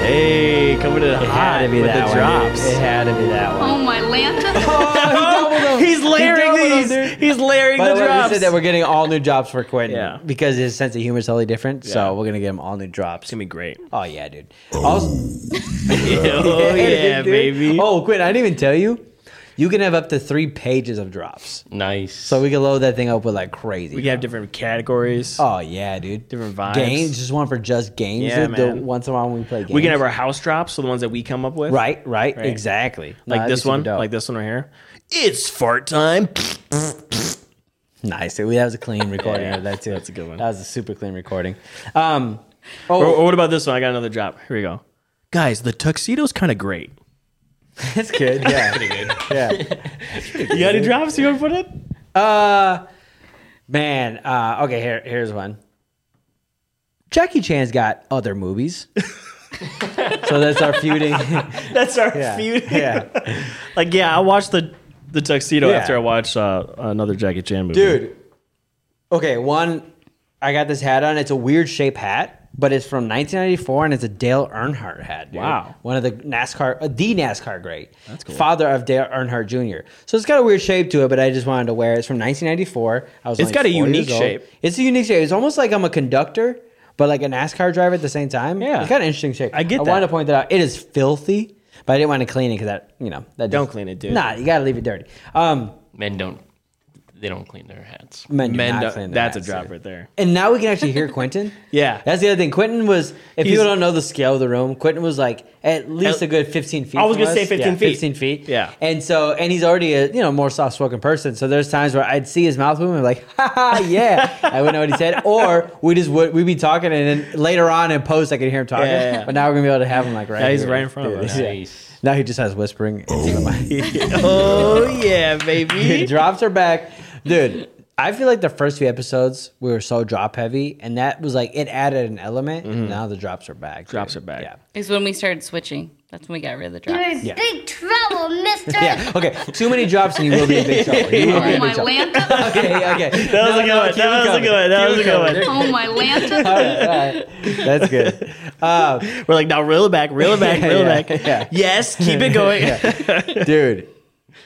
Hey, coming in
It had
hot
to be
with
that
the
one.
drops.
It had to be that one.
Oh my lanta!
He's layering
doubled
these.
them, dude.
He's layering
By
the
the way,
drops.
we said that we're getting all new jobs for Quentin
Yeah.
because his sense of humor is totally different.
Yeah.
So we're gonna get him all new drops.
gonna be great.
Oh yeah, dude. Also,
oh yeah,
dude.
baby.
Oh, Quentin, I didn't even tell you. You can have up to three pages of drops,
Nice.
so we can load that thing up with like crazy.
We can have different categories.
oh yeah, dude.
Different vibes.
Games, just one for just games.
Yeah,
dude, the-
man.
once in a while when we play games,
we can have our house drops, so the ones that we come up with.
right, right, exactly. No,
Like
that'd be
this
super
one,
dope.
like this one right here. It's fart time.
nice. That was a clean recording of that too.
That's a good one.
That was a super clean recording. Um,
Or, or what about this one? I got another drop. Here we go. Guys, the tuxedo's kind of great.
that's good. Yeah,
Pretty good.
yeah.
You got any drops you want to put in?
Uh, man. Uh, okay. Here, here's one. Jackie Chan's got other movies, so that's our feuding.
That's our
Yeah,
feud.
yeah.
Like, yeah, I watched the the tuxedo
Yeah.
after I watched uh, another Jackie Chan movie.
dude. Okay, one. I got this hat on. It's a weird shape hat, but it's from 1994 and it's a Dale Earnhardt hat. Dude.
Wow.
One of the NASCAR, uh, the NASCAR great. That's cool. Father of Dale Earnhardt Jr. So it's got a weird shape to it, but I just wanted to wear it. It's from 1994. I was.
It's
only
got a
4 years
unique
old.
shape.
It's a unique shape. It's almost like I'm a conductor, but like a NASCAR driver at the same time.
Yeah.
It's got an interesting shape.
I get
I wanted
that.
to point that out. It is filthy, but I didn't want to clean it because that, you know, that
Don't
just-
clean it, dude.
Nah, you got to leave it dirty. Um,
Men don't. They don't clean their hats.
men, do
Men,
not
do-
clean their
that's a
hats,
drop
dude.
right there.
And now we can actually hear Quentin.
Yeah.
That's the other thing. Quentin was, if
He's-
people don't know the scale of the room, Quentin was like at least
At-
a good 15 feet.
I was
from
gonna say
us.
15
Yeah,
feet.
15 feet.
Yeah.
And so, and he's already a, you know, more soft spoken person. So there's times where I'd see his mouth move and be like, ha ha, yeah. I wouldn't know what he said. Or we just would, we'd be talking and then later on in post, I could hear him talking.
Yeah, yeah, yeah.
But now we're going to be able to have him like right
Yeah, he's
here.
right in front of
Dude,
us.
yeah.
Nice.
Now he just has whispering into the mic.
oh yeah, baby.
Dude, drops are back. Dude, I feel like the first few episodes we were so drop heavy, and that was like it added an element. And now the drops are back.
Mm-hmm. Drops
dude.
are back.
Yeah.
Is when we started switching. That's when we got rid of the
You're
drops.
in big trouble, mister.
Yeah. Okay. Too many drops and you will be in big trouble. You will be
Oh,
in
my
big trouble.
lanta.
Okay. Okay.
That was a good one.
keep it coming.
That was a good one.
Keep
That was a
it
good
coming.
one.
Oh, my lanta.
All right, all right. That's good. Uh,
We're like, now reel it back, reel it back,
Yeah,
reel
yeah,
it back.
yeah.
Yes, keep it going.
dude,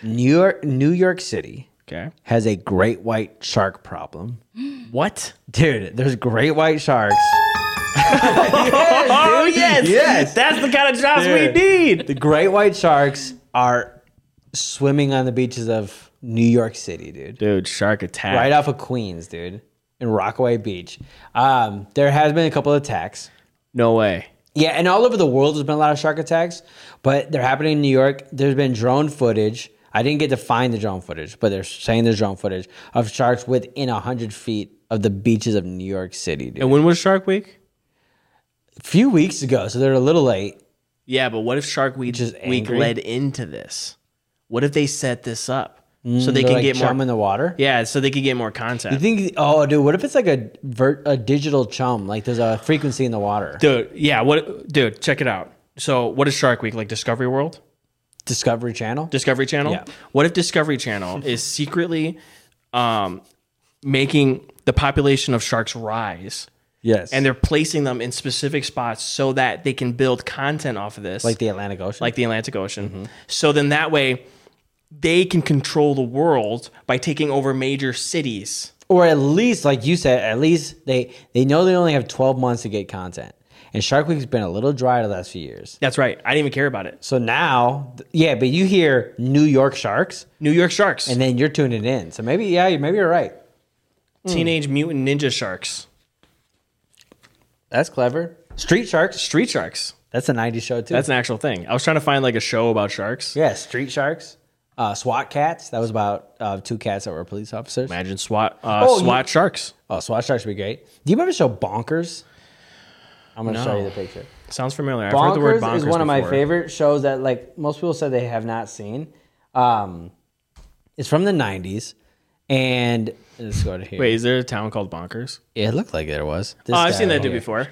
New York, New York City
Okay.
has a great white shark problem.
What?
Dude, there's great white sharks.
Oh yes,
Yes.
That's the kind of jobs we
Dude.
need.
The great white sharks are swimming on the beaches of New York City, dude.
Dude, shark attack.
right off of Queens, dude, in Rockaway Beach. Um, there has been a couple of attacks.
No way.
Yeah, and all over the world, there's been a lot of shark attacks, but they're happening in New York. There's been drone footage. I didn't get to find the drone footage, but they're saying there's drone footage of sharks within 100 feet of the beaches of New York City, dude.
And when was Shark Week?
a few weeks ago, so they're a little late.
Yeah, but what if Shark Week
Just
Week
angry?
led into this? What if they set this up so they
They're,
can
like,
get
chum
more?
in the water.
Yeah, so they can get more content.
You think, oh, dude, what if it's like a ver- a digital chum? Like there's a frequency in the water.
dude, yeah. What, dude? Check it out. So, what is Shark Week like? Discovery World.
Discovery Channel.
Discovery Channel.
Yeah.
What if Discovery Channel is secretly um, making the population of sharks rise
Yes.
and they're placing them in specific spots so that they can build content off of this
like the Atlantic Ocean.
like Mm-hmm. the Atlantic Ocean. So then that way they can control the world by taking over major cities.
or at least like you said at least they they know they only have 12 months to get content and shark week's been a little dry the last few years
That's right. I didn't even care about it.
so now th- yeah but you hear new york sharks
New York Sharks
and
and
then you're tuning in so maybe yeah you- maybe you're right
Teenage Mutant Ninja Sharks,
that's clever street sharks
Street Sharks.
that's a 90s show too
That's an actual thing. I was trying to find like a show about sharks.
yeah street sharks uh, SWAT cats. That was about uh, two cats that were police officers.
Imagine SWAT uh,
Oh, you-
SWAT sharks.
Oh, SWAT sharks would be great. Do you remember the show Bonkers? I'm gonna show
No.
you the picture.
Sounds familiar. I've
Bonkers,
heard the word bonkers
is one of my
before.
favorite shows that like most people said they have not seen. Um, it's from the '90s, and let's go to here.
Wait, is there a town called Bonkers?
it looked like there was.
Oh, I've seen that dude
dude
before.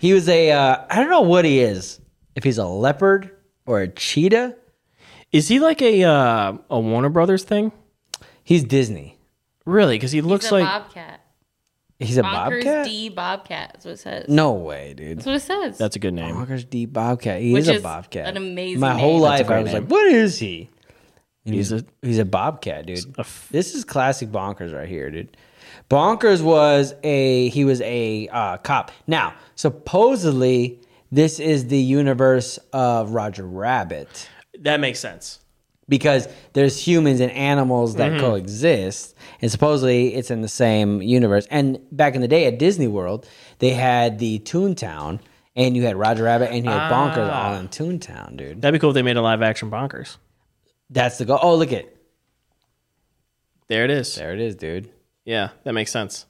He was a uh, I don't know what he is. If he's a leopard or a cheetah,
Is he like a uh, a Warner Brothers thing?
he's Disney.
Really? Because he looks
It's a
like
bobcat.
He's a
Bonkers
bobcat.
D bobcat is what it says.
no way, dude.
That's what it says.
that's a good name.
Bonkers D Bobcat. He
Which
is a
is
bobcat.
an amazing
My whole
name. That's a
life I
great
was
name.
like, what is he? And
He's
he's
a-
a he's a bobcat, dude.
a f-
this is classic Bonkers right here, dude. Bonkers was a he was a uh, cop. Now, supposedly this is the universe of Roger Rabbit
That makes sense.
because there's humans and animals that
Mm-hmm.
coexist and supposedly it's in the same universe and back in the day at disney world they had the toontown and you had roger rabbit and you had bonkers all
Ah.
in toontown dude
That'd be cool if they made a live action Bonkers.
that's the goal oh look it
There it is.
there it is dude
Yeah, that makes sense.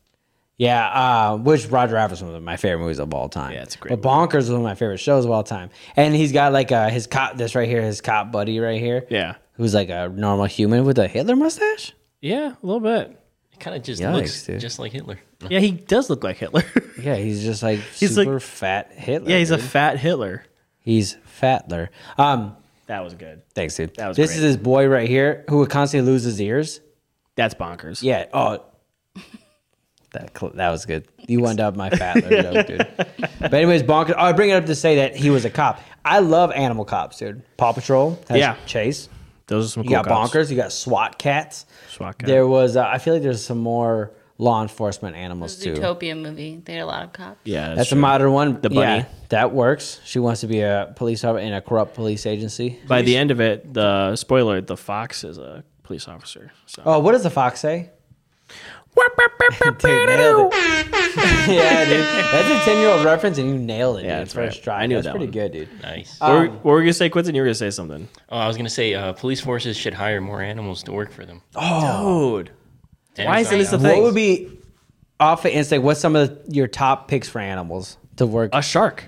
yeah, uh, which Roger Rabbit's one of my favorite movies of all time.
Yeah, it's a great
But Bonkers is one of my favorite shows of all time, and he's got like uh, his cop. This right here, his cop buddy right here.
Yeah.
who's like a normal human with a Hitler mustache.
Yeah, Uh, a little bit.
It kind of just
Yikes,
looks
dude.
just like Hitler.
Yeah, he does look like Hitler.
Yeah, he's just like
He's like-
super fat Hitler.
yeah, he's a
dude.
fat Hitler.
He's Fatler. Um,
That was good.
thanks, dude.
was
this
great.
is this boy right here who would constantly lose his ears.
That's bonkers.
Yeah. Oh, that cl- that was good. You wound up my Fatler joke, dude. But anyways, bonkers. Oh, I bring it up to say that he was a cop. I love animal cops, dude. Paw Patrol. Has
Yeah.
Chase.
Those are some
You
cool
got
cops.
bonkers. You got SWAT cats.
SWAT cat.
There was. Uh, I feel like there's some more law enforcement animals too.
Zootopia movie. They had a lot of cops.
Yeah,
That's
true.
a modern one. The
bunny.
that works. She wants to be a police officer in a corrupt police agency.
By the end of it, the spoiler: the fox is a police officer. So.
Oh, what does the fox say? Dude, nailed
yeah,
it. yeah, dude. That's a 10 year old reference, and you nailed it, dude.
Yeah, that's
first
right.
try.
I knew
That's
that
pretty
one.
good, dude.
Nice.
what, were, what were you gonna say, Quinton? You were gonna say something,
oh, I was gonna say, uh, police forces should hire more animals to work for them.
dude. Why isn't
Amazon
this a
does.
thing?
What would be off of instinct? What's some of the, your top picks for animals to work?
A shark.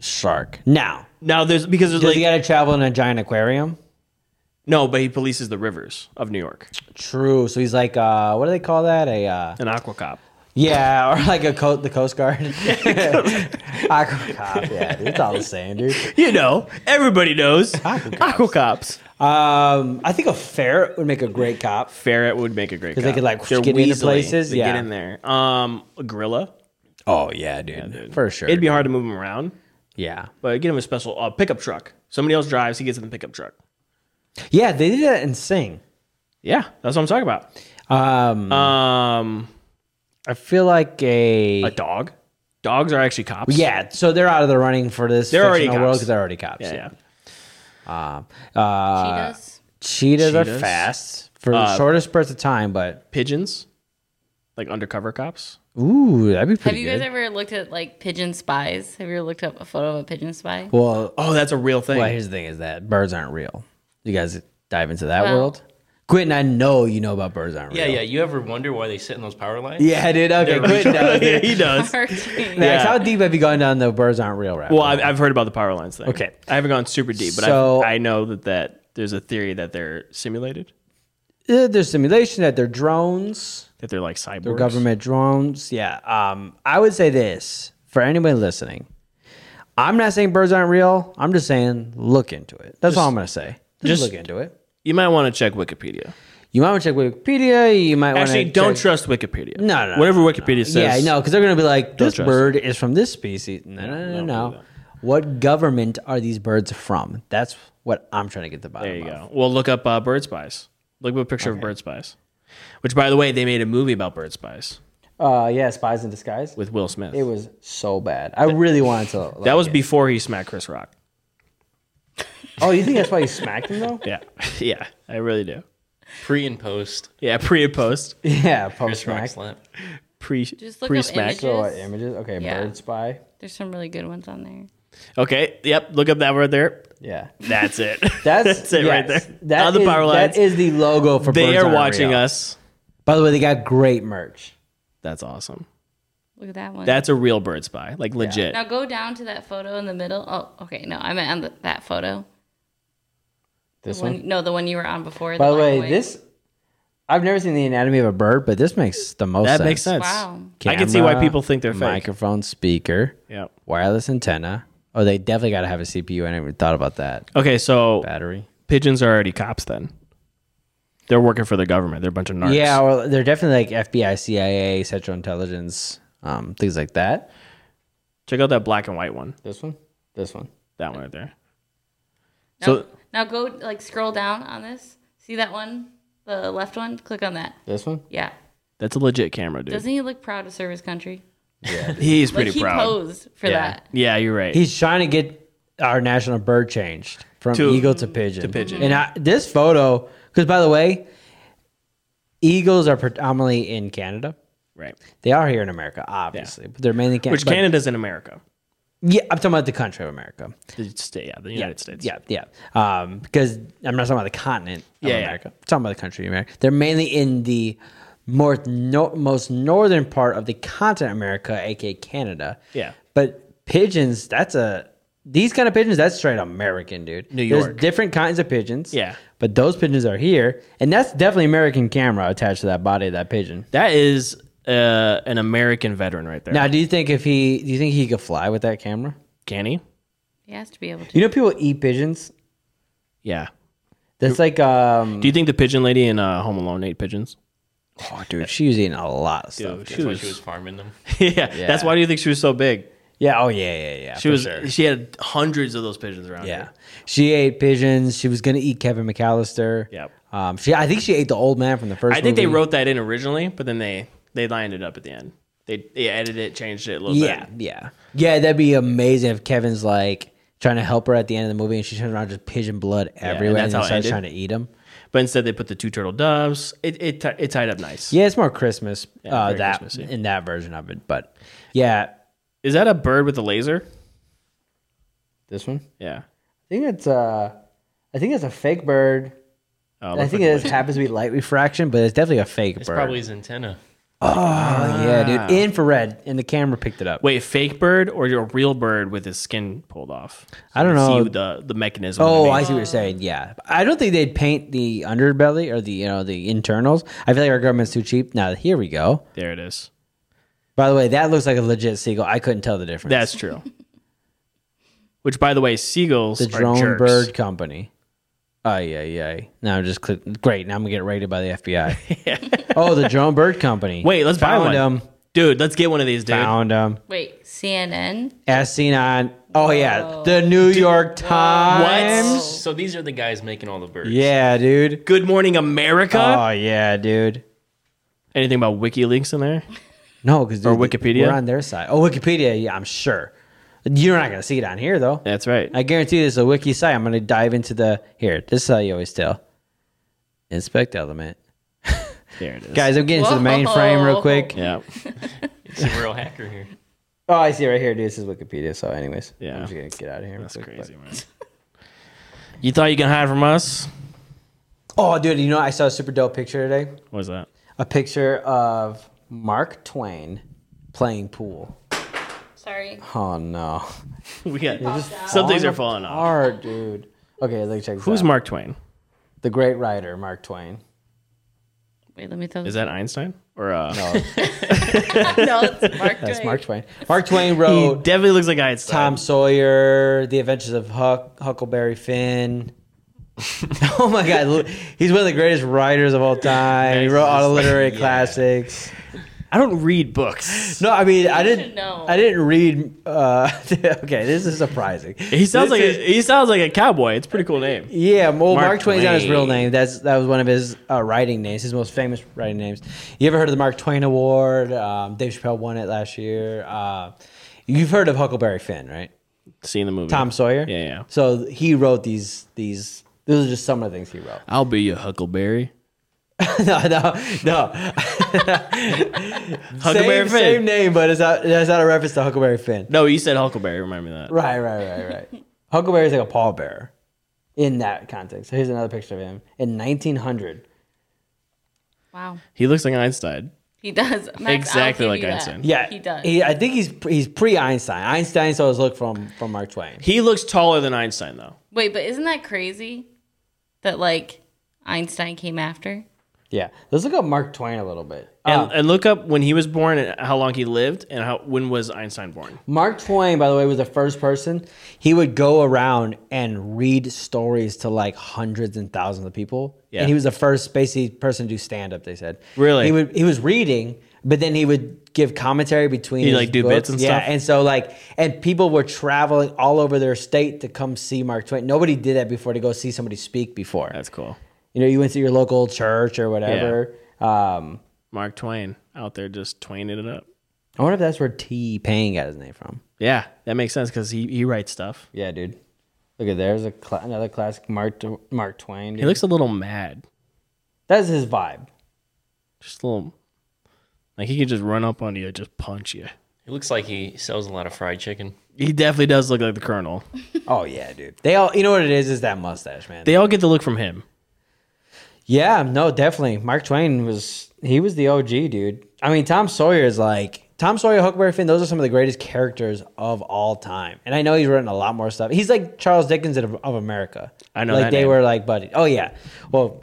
shark. Now,
Now there's because there's
does
like
he got to travel in a giant aquarium?
no, but he polices the rivers of New York.
True. So he's like, uh, what do they call that? A uh,
An aqua cop.
yeah, or like a coat, the Coast Guard. Aqua cop. Yeah, dude, it's all the same, dude.
You know, everybody knows aqua cops.
Um, I think a ferret would make a great cop.
Ferret would make a great.
'Cause they
cop.
could, like,
They're
get into
weaselly.
places,
They get
yeah.
in there. Um, a gorilla.
Oh yeah, dude, for sure.
It'd be hard to move him around,
yeah,
but get him a special uh, pickup truck. Somebody else drives. He gets in the pickup truck.
yeah. They did that in Sing.
Yeah, that's what I'm talking about.
Um,
Um,
I feel like a,
a dog. Dogs are actually cops.
yeah. So they're out of the running for this.
They're already
fictional world
cops.
because they're already cops.
yeah, yeah.
Uh,
Cheetahs.
Cheetahs, are
Cheetahs. Uh,
fast for the shortest spurts of time, but
Pigeons, like undercover cops.
ooh, that'd be
Have
pretty
you
good.
guys ever looked at like pigeon spies? Have you ever looked up a photo of a pigeon spy?
well,
Oh, that's a real thing.
well, here's the thing: is that birds aren't real. You guys dive into that
Well-
world. Quentin, I know you know about birds aren't
Yeah,
real.
yeah. You ever wonder why they sit in those power lines?
yeah, dude. Okay, Quentin, does,
yeah,
dude.
he does.
Cartoon.
Max,
Yeah.
how deep have you gone down the birds aren't real rabbit?
Well, I've, I've heard about the power lines thing.
Okay.
I haven't gone super deep, but
So-
i I know that that there's a theory that they're simulated,
Uh, there's simulation that they're drones.
that they're like cyborgs.
Or government drones. Yeah. Um, I would say this for anyone listening. I'm not saying birds aren't real. I'm just saying look into it. That's all I'm going to say. Just,
just-
look into it.
You might want to check Wikipedia.
You might want to check Wikipedia. You might want
Actually, don't
check,
trust Wikipedia.
No, no, no,
Whatever
no,
Wikipedia says.
Yeah, no, because they're gonna be like, this
trust
bird is from this species. No, no, no, no.
don't
no.
do that.
What government are these birds from? That's what I'm trying to get the bottom.
There you
of.
go. Well, look up uh, bird spies. Look up a picture of bird spies. Which, by the way, they made a movie about bird spies
Uh, yeah, Spies in Disguise.
with Will Smith.
It was so bad. I really wanted to. Like,
that was
it.
before he smacked Chris Rock.
Oh, you think that's why you smacked him though?
Yeah, yeah, I really do.
Pre and post.
Yeah, pre and post,
yeah, post
Chris Rock
smack.
slap.
pre
Just look
pre
up
smack.
So what
Images.
images? Okay,
Yeah.
bird spy.
There's some really good ones on there.
Okay, yep. Look up that right there.
Yeah,
That's it.
that's,
it right
yes,
there.
That
on the
is-
power lines.
That is the logo for.
they
Birds
are
Aren't
watching
Real.
us.
By the way, they got great merch.
That's awesome.
Look at that one.
That's a real bird spy, like legit.
now go down to that photo in the middle. Oh, okay. No, I meant on the, that photo.
This
One-
one.
no, the one you were on before.
By the way,
microwave.
this I've never seen the anatomy of a bird, but this makes the most.
That
sense.
makes sense.
Wow.
I can see why
Camera,
people think they're fake.
Microphone, speaker,
Yep.
wireless antenna. Oh, they definitely got to have a CPU. I never thought about that.
Okay, so
Battery.
pigeons are already cops then. They're working for the government. They're a bunch of narcs.
Yeah, well, they're definitely like FBI, CIA, Central Intelligence, um, things like that.
Check out that black and white one.
This one, this one.
That one right there.
Now,
So
now go like scroll down on this. See that one? The left one? Click on that.
This one?
Yeah.
that's a legit camera, dude.
Doesn't he look proud to serve his country?
He's pretty
like he
proud.
posed for
yeah.
that.
Yeah, you're right.
He's trying to get our national bird changed from
To-
eagle to pigeon. To
pigeon.
And I, this photo, because by the way, eagles are predominantly in Canada.
right.
They are here in America, obviously, but they're mainly Canada.
Which Canada's in America.
Yeah, I'm talking about the country of America.
The state, yeah, the United States.
Yeah, yeah. Um, because I'm not talking about the continent of
Yeah, yeah.
America. I'm talking about the country of America. They're mainly in the more no, most northern part of the continent of America, aka Canada.
Yeah.
But pigeons, that's a these kind of pigeons, that's straight American, dude.
New York.
There's different kinds of pigeons.
Yeah.
But those pigeons are here, and that's definitely American camera attached to that body of that pigeon.
That is uh, an American veteran right there.
Now, do you think if he do you think he could fly with that camera?
Can he?
He has to be able to.
You know, people eat pigeons.
Yeah.
That's like um.
Do you think the pigeon lady in uh, Home Alone ate pigeons?
Oh, dude, she was eating a lot of stuff.
Dude,
That's why she was farming them.
yeah, That's why do you think she was so big?
Yeah. Oh, yeah, yeah, yeah.
She was. She had hundreds of those pigeons around.
Yeah.
her.
She ate pigeons. She was gonna eat Kevin McAllister.
Yep.
Um. She. I think she ate the old man from the first.
I think they
movie.
wrote that in originally, but then they they lined it up at the end. They, they edited it, changed it a little
Yeah.
bit.
Yeah. Yeah. That'd be amazing if Kevin's like trying to help her at the end of the movie, and she turns around just pigeon blood
and
everywhere,
that's
and,
how
then
it
starts
ended?
trying to eat him.
But instead, they put the two turtle doves. It it, ti- it tied up nice.
Yeah, it's more Christmas. uh,
very
that
Christmassy.
in that version of it, but yeah.
Is that a bird with a laser?
This one.
Yeah.
I think it's uh. I think it's a fake bird.
Oh,
I
look
think
like-
it just happens to be light refraction, but it's definitely a fake
It's
bird.
probably his antenna.
Oh yeah, dude. Infrared and the camera picked it up.
Wait, fake bird or your real bird with his skin pulled off? So
I don't
you
know.
See the the mechanism.
Oh, I
underneath.
see what you're saying. Yeah, I don't think they'd paint the underbelly or the you know the internals. I feel like our government's too cheap. Now here we go.
there it is.
By the way, that looks like a legit seagull. I couldn't tell the difference.
That's true. Which, by the way, seagulls
the
are
drone
jerks.
bird company. Ay ay ay. Now I'm just click. Great. Now I'm gonna get raided by the FBI. Oh, the drone bird company.
Wait, let's buy
Found
one,
Them.
dude. Let's get one of these, dude.
Found them.
Wait, CNN?
As seen on. Oh yeah, the New York Times.
What?
So these are the guys making all the birds.
Yeah, dude.
Good Morning America.
Oh yeah, dude.
Anything about WikiLeaks in there?
No, because
Or Wikipedia?
We're on their side. Oh, Wikipedia. Yeah, I'm sure. You're not gonna see it on here though.
That's right.
I guarantee this is a wiki site. I'm gonna dive into the here. This is how you always tell. Inspect element,
there it is,
guys. I'm getting to the mainframe real quick.
Yeah,
It's a real hacker here.
Oh, I see right here, dude. This is Wikipedia. So, anyways,
Yeah.
I'm just gonna get out of here.
that's
real quick,
crazy, man. You thought you can hide from us?
but- Oh, dude, you know I saw a super dope picture today.
What was that?
A picture of Mark Twain playing pool.
Sorry.
Oh no,
We got some things are falling off.
Hard, dude. Okay, let me check. This
Who's
out.
Mark Twain?
The great writer, Mark Twain.
Wait, let me throw
Is
this.
that Einstein or uh?
no, it's Mark
That's
Twain.
Uh, Mark Twain. Mark Twain
He
wrote
definitely looks like Einstein.
Tom Sawyer, The Adventures of Huck, Huckleberry Finn, Oh my god, Lu- he's one of the greatest writers of all time. He wrote all the literary
Yeah.
classics.
I don't read books.
No, I mean I didn't.
know.
I didn't read. Uh, okay, this is surprising.
He sounds
This
like
is-
a, he sounds like a cowboy. It's a pretty cool name.
Yeah, well, Mark,
Mark
Twain's not his real
Twain.
name. That's that was one of his uh, writing names, his most famous writing names. You ever heard of the Mark Twain Award? Um, Dave Chappelle won it last year. Uh, you've heard of Huckleberry Finn, right?
Seen the movie.
Tom Sawyer.
Yeah, yeah.
So he wrote these these. Those are just some of the things he wrote.
I'll be your Huckleberry.
no, no, no. same,
Huckleberry Finn.
same name, but it's not. That's not a reference to Huckleberry Finn.
No, you said Huckleberry. Remind me of that.
Right, right, right, right. Huckleberry's like a pallbearer in that context. So here's another picture of him in 1900.
Wow.
He looks like Einstein.
He does. Max, I'll
Exactly
give
like
you that.
Einstein.
Yeah,
He does.
He, I think he's he's pre Einstein. Einstein saw his look from from Mark Twain.
He looks taller than Einstein though.
Wait, but isn't that crazy that like Einstein came after?
Yeah, let's look up Mark Twain a little bit.
And,
Uh,
and look up when he was born and how long he lived and how when was Einstein born.
Mark Twain, by the way, was the first person. He would go around and read stories to like hundreds and thousands of people.
Yeah.
And he was the first basically person to do stand up, they said.
Really?
He would he was reading, but then he would give commentary between
He'd,
his
like, do bits and
yeah,
stuff?
and so like and people were traveling all over their state to come see Mark Twain. Nobody did that before to go see somebody speak before.
That's cool.
you know, you went to your local church or whatever. Um
Mark Twain out there just twaining it up.
I wonder if that's where T Pain got his name from.
Yeah, that makes sense because he, he writes stuff.
Yeah, dude. Look at there's a cla another classic Mark Mark Twain.
He
Dude.
looks a little mad.
That's his vibe.
Just a little like he could just run up on you and just punch you.
It looks like he sells a lot of fried chicken.
He definitely does look like the colonel.
Oh yeah, dude. They all you know what it is is that mustache, man.
They all get the look from him.
yeah, no, definitely. Mark Twain was he was the OG, dude. I mean, Tom Sawyer is like Tom Sawyer, Huckleberry Finn. Those are some of the greatest characters of all time. And I know he's written a lot more stuff. He's like Charles Dickens of, of America.
I know
like
that
they
name.
were like buddy. Oh yeah. Well,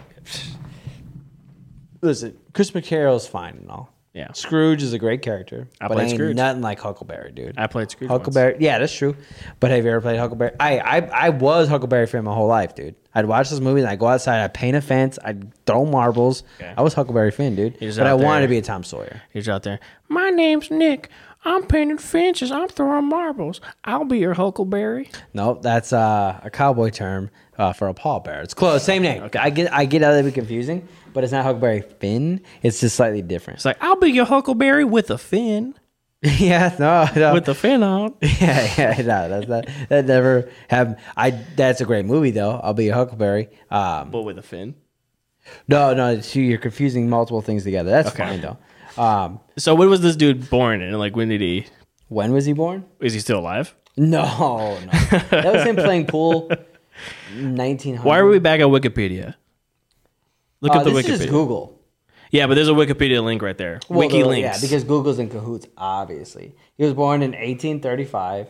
listen, Chris McCarroll's fine and all.
Yeah.
Scrooge is a great character,
I
but
played
ain't
Scrooge.
nothing like Huckleberry, dude.
I played Scrooge. once.
Huckleberry. Yeah, that's true. But have you ever played Huckleberry? I I, I was Huckleberry fan my whole life, dude. I'd watch this movie and I'd go outside, I'd paint a fence, I'd throw marbles. I was Huckleberry Finn, dude.
He's
But
out
I wanted
there.
to be a Tom Sawyer.
He's out there. My name's Nick. I'm painting fences. I'm throwing marbles. I'll be your Huckleberry.
No, that's uh, a cowboy term uh, for a pallbearer. It's close, same name. I get I get how that be confusing, but it's not Huckleberry Finn. It's just slightly different.
It's like I'll be your Huckleberry with a fin,
yeah, no, no.
with a fin on.
yeah, yeah, no, that's not, that never happened. I that's a great movie though. I'll be a Huckleberry. Um,
but with a fin.
No, no, it's- you're confusing multiple things together. That's
Okay.
fine though. Um,
So when was this dude born? And like when did he?
when was he born?
Is he still alive?
No, no, that was him playing pool. Nineteen hundred. Uh,
Why are we back at Wikipedia? Look at the
this is
Wikipedia.
just Google.
yeah, but there's a Wikipedia link right there.
Well,
Wiki
the-
links.
Yeah, because Google's in cahoots, obviously. He was born in 1835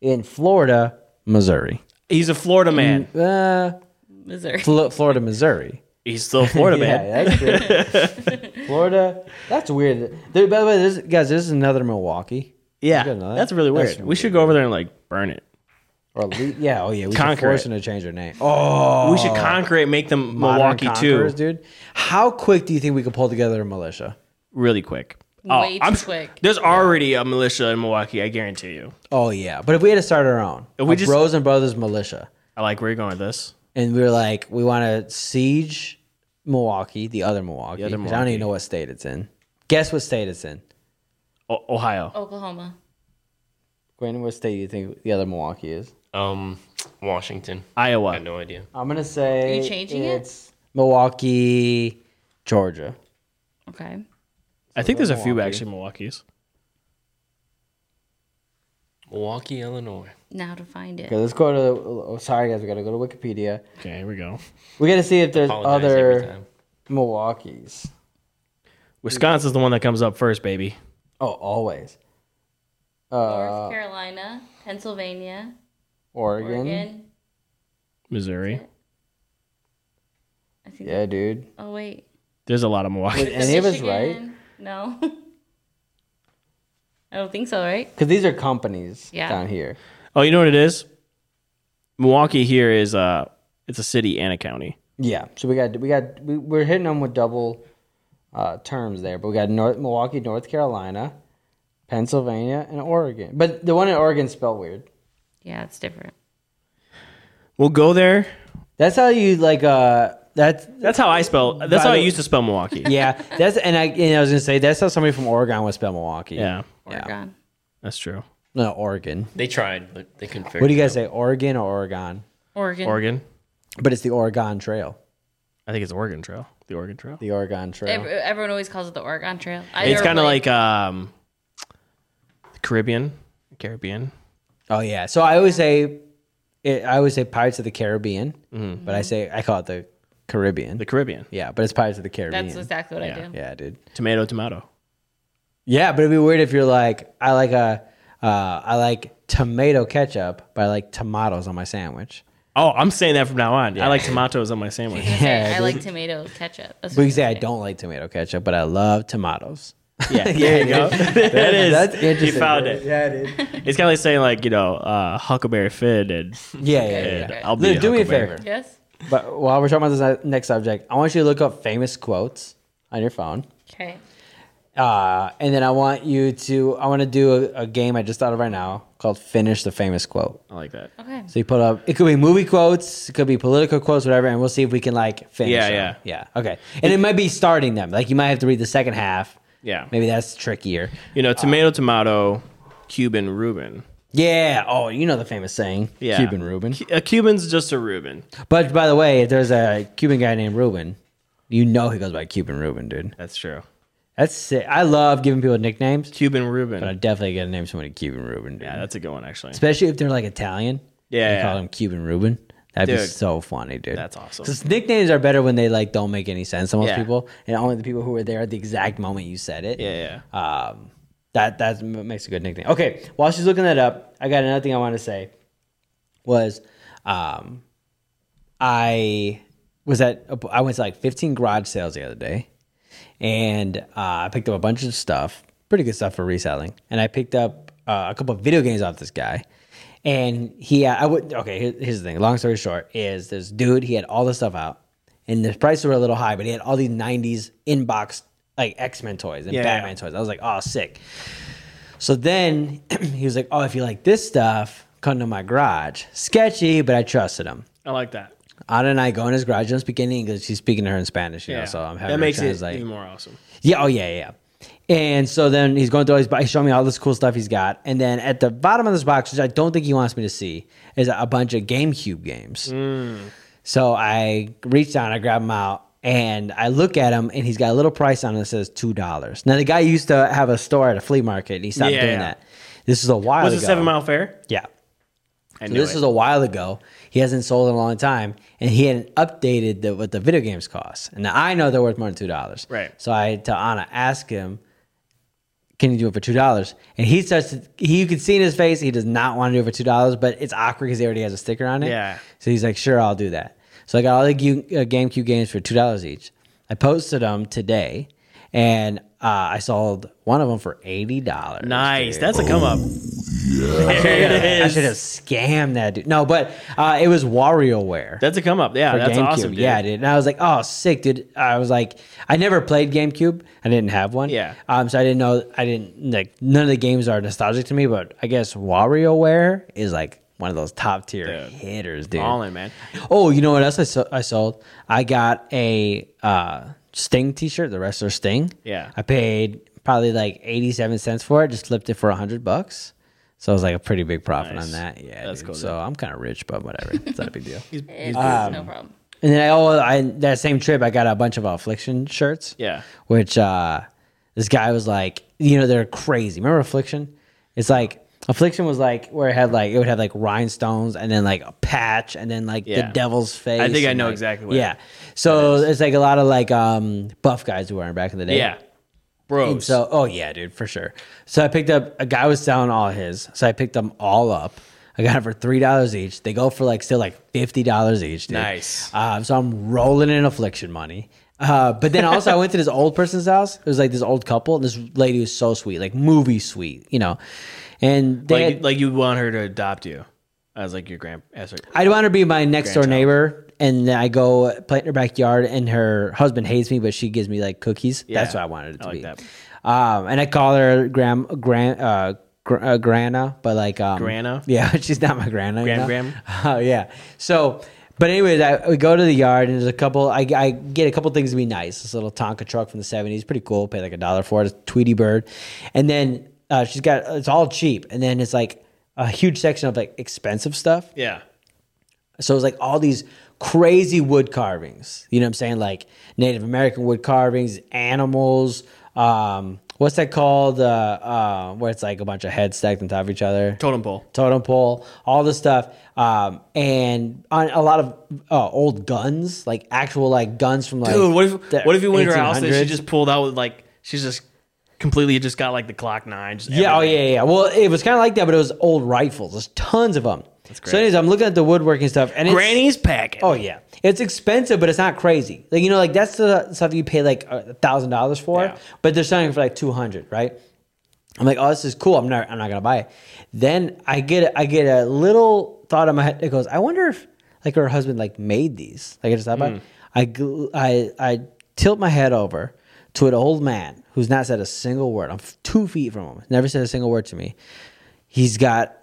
in Florida, Missouri.
he's a Florida man.
Uh,
Missouri.
Flo- Florida, Missouri.
He's still a Florida man.
Yeah, that's true. Florida. That's weird. There, by the way, there's, guys, there's another Milwaukee.
Yeah,
You know that?
that's really weird.
That's
we should go over there and like burn it.
Or Le- yeah, oh yeah, we should
Conquer
force
it.
them to change their name. Oh,
we should conquer it, make them
modern
Milwaukee too,
conquerors, dude. How quick do you think we could pull together a militia?
really quick. Oh,
Way too
I'm s-
quick.
There's already a militia in Milwaukee. I guarantee you.
Oh yeah, but if we had to start our own,
If we
a
just-
Bros and Brothers militia,
I like where you're going with this.
and we were like, we want to siege Milwaukee, the other Milwaukee.
other
'cause I don't
Milwaukee.
even know what state it's in. Guess what state it's in.
O- Ohio.
Oklahoma.
Gwen, what state do you think the other Milwaukee is?
Um, Washington. I
Iowa.
had no idea.
I'm gonna say
Are you changing it?
it's Milwaukee, Georgia.
Okay.
I think there's a few
Milwaukee.
actually Milwaukee's.
Milwaukee, Illinois.
Now to find it.
Okay, let's go to. oh, sorry guys, we gotta go to Wikipedia.
Okay, here we go.
We gotta see if there's
Apologize every
other
time.
Milwaukee's.
Wisconsin's the one that comes up first, baby.
Oh, always. Uh,
North Carolina, Pennsylvania,
Oregon.
Oregon.
Missouri.
I think.
Yeah, dude.
Oh wait.
There's a lot of Milwaukee.
Would any of us right?
Michigan. No. I don't think so. Right?
Because these are companies
Yeah.
down here.
Oh, you know what it is? Milwaukee here is uh It's a city and a county.
Yeah, so we got we got we, we're hitting them with double uh, terms there, but we got North Milwaukee, North Carolina, Pennsylvania, and Oregon. But the one in Oregon spelled weird.
Yeah, it's different.
We'll go there.
That's how you like uh that's
That's how I spell. That's how I used to spell Milwaukee.
yeah that's and I and I was gonna say that's how somebody from Oregon would spell Milwaukee.
Yeah,
Oregon.
that's true.
no Oregon.
They tried, but they couldn't figure.
What do you
it
guys say, Oregon or Oregon?
Oregon.
Oregon.
But it's the Oregon Trail.
I think it's Oregon Trail. The Oregon Trail.
The Oregon Trail.
Ev- Everyone always calls it the Oregon Trail.
It's
Either
kind of
way,
like um, the Caribbean, Caribbean.
oh yeah. So I always say, it, I always say Pirates of the Caribbean, but I say I call it the Caribbean.
Mm-hmm. The Caribbean.
yeah, but it's Pirates of the Caribbean.
that's exactly what I do.
yeah, dude.
Tomato, tomato.
Yeah, but it'd be weird if you're like, I like a, uh, I like tomato ketchup, but I like tomatoes on my sandwich.
Oh, I'm saying that from now on. I like tomatoes on my sandwich.
Yeah,
I
dude.
like tomato ketchup. That's
We
what
can say I
I'm saying.
don't like tomato ketchup, but I love tomatoes.
Yeah, there you go. that is.
That's interesting.
You found it.
Yeah, dude.
It's kind of like saying like you know uh, Huckleberry Finn and,
Yeah, yeah, yeah.
and
yeah.
I'll be.
Look, do me a
Huckleberry.
favor.
Yes.
But while we're talking about this uh, next subject, I want you to look up famous quotes on your phone.
Okay.
Uh, and then I want you to, I want to do a, a game I just thought of right now called Finish the Famous Quote.
I like that.
Okay.
So you put up, it could be movie quotes, it could be political quotes, whatever, and we'll see if we can like finish.
Yeah,
them. yeah. Yeah, okay. And it might be starting them. Like you might have to read the second half.
Yeah.
Maybe that's trickier.
You know,
Um,
tomato, tomato, Cuban, Reuben.
Yeah. Oh, you know the famous saying,
Yeah.
Cuban Reuben.
Cu- A Cuban's just a Reuben.
But by the way, if there's a Cuban guy named Reuben, you know he goes by Cuban Reuben, dude.
That's true.
That's sick. I love giving people nicknames.
Cuban
But I
Reuben.
definitely gotta name somebody Cuban Reuben, dude.
Yeah, that's a good one actually.
Especially if they're like Italian.
Yeah,
You
yeah.
call them Cuban Reuben. That'd be
Dude.
so funny, dude.
That's awesome.
Because nicknames are better when they like don't make any sense to most
Yeah.
people, and only the people who were there at the exact moment you said it.
Yeah, yeah.
Um, that that makes a good nickname. Okay, while she's looking that up, I got another thing I want to say. Was, um, I was at I went to like 15 garage sales the other day, and uh, I picked up a bunch of stuff, pretty good stuff for reselling, and I picked up uh, a couple of video games off this guy. And he, uh, I would okay. Here, here's the thing. Long story short, is this dude? He had all this stuff out, and the prices were a little high, but he had all these '90s inbox like X Men toys and
Yeah, yeah.
Batman toys. I was like, oh, sick. So then he was like, oh, if you like this stuff, come to my garage. Sketchy, but I trusted him.
I like that.
Anna and I go in his garage. I don't speak any English. She's speaking to her in Spanish, you know, so I'm having
that makes
her
it
translate.
even more awesome.
Yeah. Oh, yeah, yeah. yeah. And so then he's going through all his, he's showing me all this cool stuff he's got. And then at the bottom of this box, which I don't think he wants me to see, is a bunch of GameCube games.
Hmm.
So I reach down, I grab him out, and I look at him, and he's got a little price on it that says $2. Now, the guy used to have a store at a flea market, and he stopped
Yeah,
doing
yeah.
that. This is a while
Was
ago.
it Seven Mile Fair?
Yeah.
I
So
knew
this
it.
was a while ago. He hasn't sold in a long time, and he hadn't updated the, what the video games cost. And now I know they're worth more than two dollars.
Right.
So I tell Anna, ask him, can you do it for two dollars? And he starts. To, he you can see in his face he does not want to do it for two dollars, but it's awkward because he already has a sticker on it.
Yeah.
So he's like, sure, I'll do that. So I got all the Gu- uh, GameCube games for two dollars each. I posted them today, and uh, I sold one of them for eighty dollars.
nice. That's a come up. There it
I
is.
should have scammed that dude. No, but uh, it was WarioWare.
That's a come up. Yeah,
for
that's awesome. Dude.
Yeah, dude. And I was like, oh, sick, dude. I was like, I never played GameCube. I didn't have one.
Yeah.
Um, so I didn't know. I didn't like none of the games are nostalgic to me, but I guess WarioWare is like one of those top tier
Dude.
hitters, dude.
All in, man.
Oh, you know what else I, so- I sold? I got a uh, Sting T-shirt, the wrestler Sting.
Yeah.
I paid probably like eighty-seven cents for it. Just flipped it for a hundred bucks. So it was like a pretty big profit
Nice.
on that. Yeah,
That's
dude.
cool,
So
dude.
I'm kind of rich, but whatever. It's not a big deal. and
It's no problem.
then I oh I that same trip I got a bunch of Affliction shirts.
Yeah.
Which uh, this guy was like, you know, they're crazy. Remember Affliction? It's like. Affliction was like where it had like it would have like rhinestones and then like a patch and then like
Yeah.
the devil's face.
I think I
and,
know
like-
exactly what
yeah. So it's like a lot of like um buff guys were wearing back in the day.
Yeah.
And
Bros.
so, oh yeah, dude, for sure. So I picked up a guy was selling all his, so I picked them all up. I got it for three dollars each. They go for like still like fifty dollars each. Dude.
Nice.
Um, so I'm rolling in affliction money. Uh, but then also I went to this old person's house. It was like this old couple. And this lady was so sweet, like movie sweet, you know. And they
like,
had-
like you want her to adopt you. as like your grand as like,
I'd want her to be my next door
Grandchild.
neighbor, and then I go play in her backyard, and her husband hates me, but she gives me like cookies. That's
Yeah,
what I wanted it to
I like
be.
that.
Um, and I call her Gram Gran uh, gr- uh, Grana, but like um,
Grana?
Yeah, she's not my Grana.
Gran
you know?
Gram?
Oh yeah. So, but anyways, I we go to the yard, and there's a couple. I, I get a couple things to be nice. This little Tonka truck from the '70s, pretty cool. Pay like a dollar for it. It's a Tweety Bird, and then uh, she's got it's all cheap, and then it's like a huge section of like expensive stuff.
yeah.
So it was like all these crazy wood carvings. You know what I'm saying? Like Native American wood carvings, animals. Um, what's that called? Uh, uh, where it's like a bunch of heads stacked on top of each other.
Totem pole.
Totem pole, all this stuff, um, and on a lot of uh, old guns, like actual like guns from like.
Dude, what if
the
what if you went to her house and she
1800s?
just pulled out with like she's just completely just got like the clock nine. Just
Yeah, oh
everything.
yeah, yeah. Well, it was kind of like that, but it was old rifles. There's tons of them. That's great. So, anyways, I'm looking at the woodworking stuff, and it's,
Granny's packing.
Oh yeah, it's expensive, but it's not crazy. Like you know, like that's the stuff you pay like a thousand dollars for,
Yeah.
but they're selling it for like two hundred, right? I'm like, oh, this is cool. I'm not, I'm not gonna buy it. Then I get, I get a little thought in my head that goes, I wonder if like her husband like made these. Like I just thought about. it. I, gl- I, I tilt my head over to an old man who's not said a single word. I'm f- two feet from him. Never said a single word to me. He's got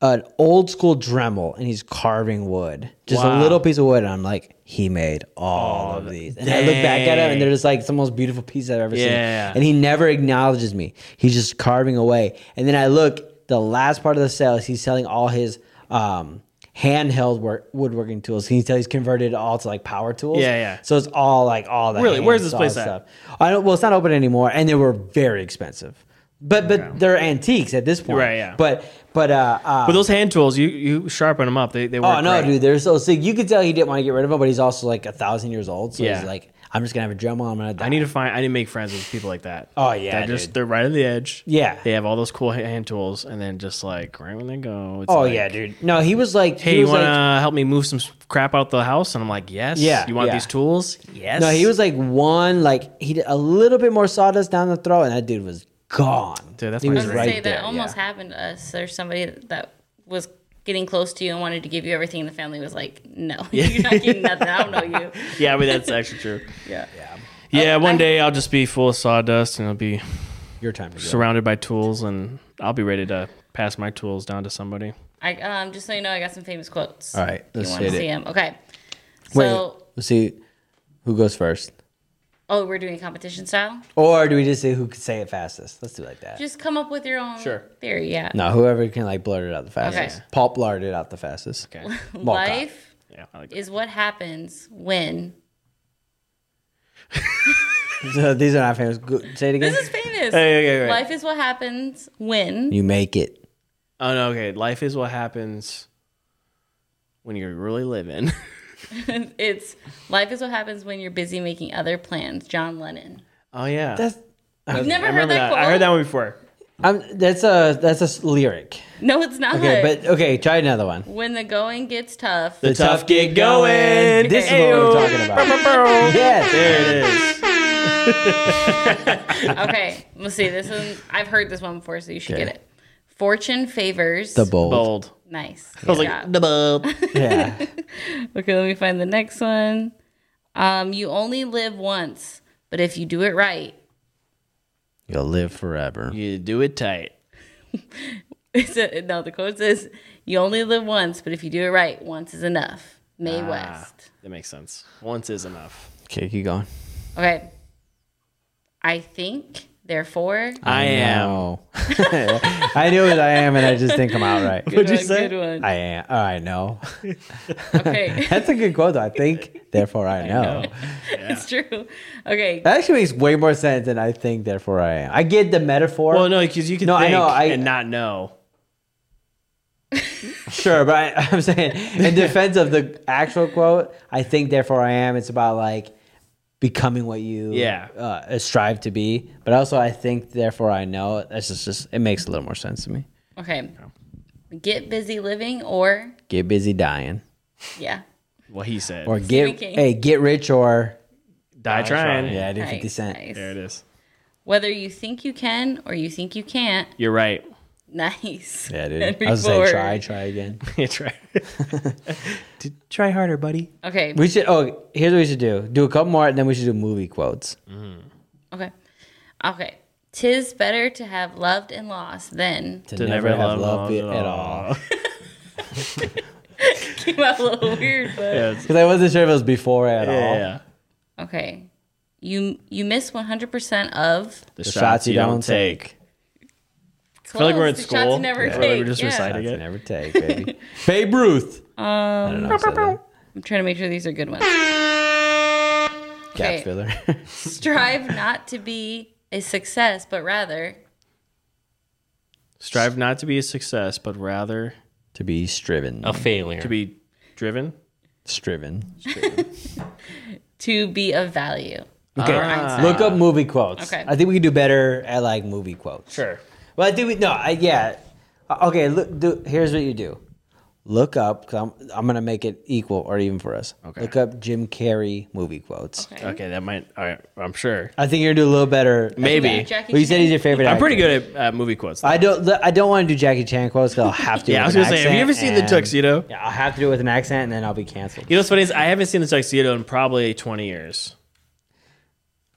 an old school Dremel and he's carving wood, just
Wow. Oh,
a little piece of wood. And I'm like, he made all of these. And I look back at him and they're just like it's the most beautiful piece I've ever
Yeah.
seen. And he never acknowledges me. He's just carving away. And then I look, the last part of the sale is he's selling all his um, handheld work, woodworking tools. He tell he's converted it all to like power tools.
Yeah, yeah.
So it's all like all that.
Really? Where's this place at?
I don't. Well, it's not open anymore, and they were very expensive. But but they're antiques at this point.
Right, yeah.
But but uh, uh
But those hand tools, you you sharpen them up. They they work.
Oh no,
great.
dude, they're so sick. You could tell he didn't want to get rid of him, but he's also like a thousand years old. So
Yeah.
he's like, I'm just gonna have a drum while I'm gonna die.
I need to find. I need to make friends with people like that.
Oh, yeah,
they're just
dude.
they're right on the edge.
Yeah.
they have all those cool ha- hand tools, and then just like right when they go. It's
oh
like,
yeah, dude. No, he was like,
Hey,
he
you
was
want to
like,
help me move some s- crap out the house? And I'm like, yes.
Yeah,
You want
yeah.
these tools? Yes.
no, he was like one, like he did a little bit more sawdust down the throat, and that dude was gone.
Dude, that's
he
my
was
I was
dream.
gonna
right
say
there.
that almost happened to us. There's somebody that was getting close to you and wanted to give you everything, and the family was like, "No, you're not getting nothing. I don't know you."
Yeah, but that's actually true.
Yeah.
Yeah, one
I-
day I'll just be full of sawdust and I'll be
yeah. Your time to go.
surrounded by tools, and I'll be ready to pass my tools down to somebody.
I um just so you know, I got some famous quotes.
All right,
you
let's
want to
hit
see
it.
them? Okay.
Wait,
So,
let's see who goes first,
oh, we're doing competition style.
or do we just say who could say it fastest? Let's do it like that.
Just come up with your own
Sure.
theory. Yeah.
no, whoever can like blurt it out the fastest.
Okay.
Paul blurted it out the fastest.
Okay.
Mall cop.
Life
Yeah, I like that.
is what happens when.
So these are not famous. Go- Say it again.
This is famous.
Hey, okay, right.
Life is what happens when.
you make it.
Oh no, okay. Life is what happens when you're really living.
it's life is what happens when you're busy making other plans. John Lennon.
oh yeah.
That's
You've never
I
heard
remember
that,
that.
quote?
I heard that one before.
I'm, that's a that's a s- lyric.
No, it's not.
Okay, but okay, try another one.
when the going gets tough,
The tough get going.
This is what we're talking about. Yes.
There it is.
okay, let's see. This one I've heard this one before, so you should get it. Fortune favors
The bold.
Bold.
Nice.
I was like,
job.
double.
Yeah.
okay, let me find the next one. Um, you only live once, but if you do it right,
You'll live forever.
you do it tight.
it's a, no. The quote says, "You only live once, but if you do it right, once is enough." May
Ah.
West.
That makes sense. Once is enough.
Okay, keep going.
Okay. I think, therefore,
I am.
No. I knew it. I am, and I just didn't come out right.
Good one, Good one.
I am. Oh, I know.
okay,
That's a good quote, though. I think. Therefore, I know.
it's true. Okay,
That actually makes way more sense than I think. Therefore, I am. I get the metaphor.
Well, no, because you can
No, I
think
know, I-
and not know.
Sure, but I, I'm saying in defense of the actual quote, I think therefore I am. It's about like becoming what you
Yeah.
uh, strive to be. But also, I think therefore I know. That's just, just it makes a little more sense to me.
okay. Get busy living, or
Get busy dying,
yeah.
What he said.
or get
King.
hey get rich, or
die trying.
yeah, I do
Nice,
Fifty Cent.
nice.
There it is.
Whether you think you can or you think you can't,
You're right.
Nice.
Yeah, dude.
Henry
I was gonna
Ford.
say try, try again.
It's right. D- Try harder, buddy.
Okay.
We should. Oh, here's what we should do: do a couple more, and then we should do movie quotes.
Okay. Okay. Tis better to have loved and lost than
To,
never love
it
love
at
at
all.
came out a little weird, but
Because I wasn't sure if it was before at all.
yeah.
okay. You you miss one hundred percent of.
The shots you don't take.
I
feel like we're in school.
never
Yeah.
take.
We're just
yeah.
reciting.
Shots you never take, baby. Babe Ruth. Um, I don't know. if I said that.
I'm trying to make sure these are good ones.
Gap
Okay.
filler.
Strive not to be a success, but rather
Strive not to be a success, but rather
to be striven.
Oh.
A failure.
to be driven.
Striven.
to be of value.
Okay.
Ah.
Look up movie quotes.
Okay.
I think we can do better at like movie quotes.
sure.
Well, I think we no. I, yeah. Uh, Okay. Look. Do, here's what you do. Look up. Cause I'm I'm gonna make it equal or even for us. Okay. Look up Jim Carrey movie quotes.
Okay.
Okay, that might. All right, I'm sure.
I think you're gonna do a little better.
Maybe.
Yeah, Jackie
Well, you said he's your
Chan.
favorite.
I'm pretty
actor.
good at uh, movie quotes. though.
I don't. I don't want to do Jackie Chan quotes. 'cause I'll have to.
yeah, I was
with
gonna
an
say, have you ever
accent,
seen the
and-
tuxedo?
Yeah, I'll have to do it with an accent, and then I'll be canceled.
You know what's funny is I haven't seen the tuxedo in probably 20 years.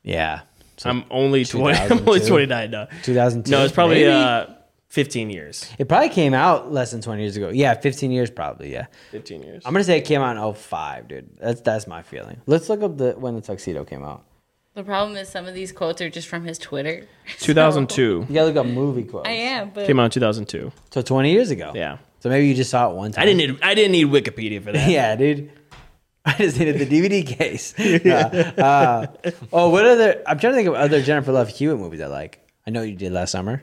Yeah. So
I'm only 20. I'm only
2002?
29 now.
2002.
No, it's probably uh, 15 years.
It probably came out less than 20 years ago. Yeah, 15 years probably. Yeah.
15 years.
I'm going to say it came out in 05, dude. That's that's my feeling. Let's look up the when the tuxedo came out.
The problem is some of these quotes are just from his Twitter.
2002
You got to look up movie quotes.
I am, but
came out in 2002.
So 20 years ago.
Yeah,
So maybe you just saw it one time.
I didn't need I didn't need Wikipedia for that.
Yeah, dude. I just needed the DVD case. Uh, uh, oh, what other? I'm trying to think of other Jennifer Love Hewitt movies I like. I know you did last summer.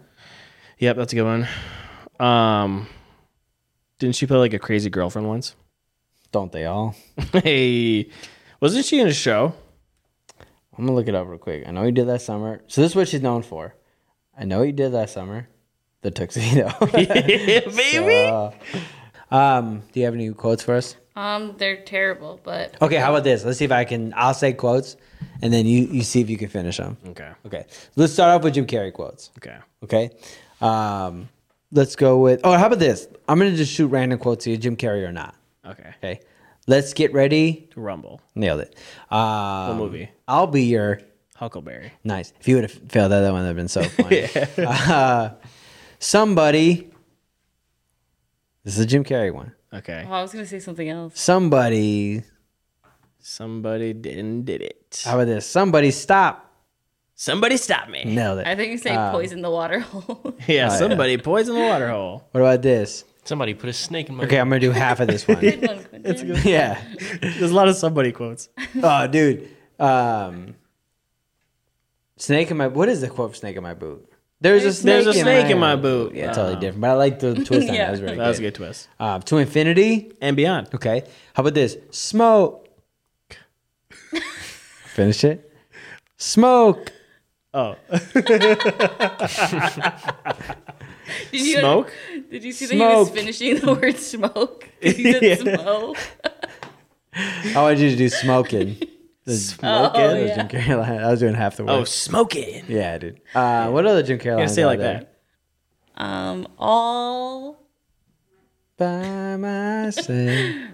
Yep, that's a good one. Um, didn't she play like a crazy girlfriend once?
Don't they all?
hey, wasn't she in a show?
I'm gonna look it up real quick. I know you did last summer. So this is what she's known for. I know you did last summer. The tuxedo. Uh,
yeah, baby.
um, do you have any quotes for us?
um they're terrible, but
Okay, how about this? Let's see if I can. I'll say quotes, and then you you see if you can finish them.
okay.
Okay, let's start off with Jim Carrey quotes.
Okay.
Okay, um, let's go with. Oh, how about this? I'm gonna just shoot random quotes to you, Jim Carrey or not.
Okay.
Okay, let's get ready.
To Rumble.
Nailed it. Um,
movie?
I'll be your
Huckleberry.
Nice. If you would have failed that, that one would have been so funny. Uh, somebody. This is a Jim Carrey one.
Okay.
well, oh, I was gonna say something else.
Somebody.
Somebody didn't did it.
How about this? Somebody stop.
Somebody stop me.
Nailed it.
I think you say poison the water hole.
Yeah, somebody poisoned the water hole.
What about this?
Somebody put a snake in my.
Okay, I'm gonna do half of this one.
Good one, Quentin.
yeah.
There's a lot of somebody quotes.
Oh, dude. Um, snake in my. What is the quote? For snake in my boot. There's a snake.
There's a snake in my boot.
Yeah, totally different. But I like the twist on it.
Yeah.
That was really
That was a
good.
good twist.
Uh, to infinity.
And beyond.
Okay. How about this? Smoke. Finish it. Smoke.
Oh,
Did you
smoke?
Did you see that he was
Smoke.
finishing the word smoke? He said smoke.
I wanted you to do smoking.
Smoke
That
it.
was Jim Carrey line. I was doing half the work.
Oh, smoke it.
yeah, dude. Uh, what other Jim Carrey
You
lines?
gotta say it
are
like
there?
that.
Um, all
By myself.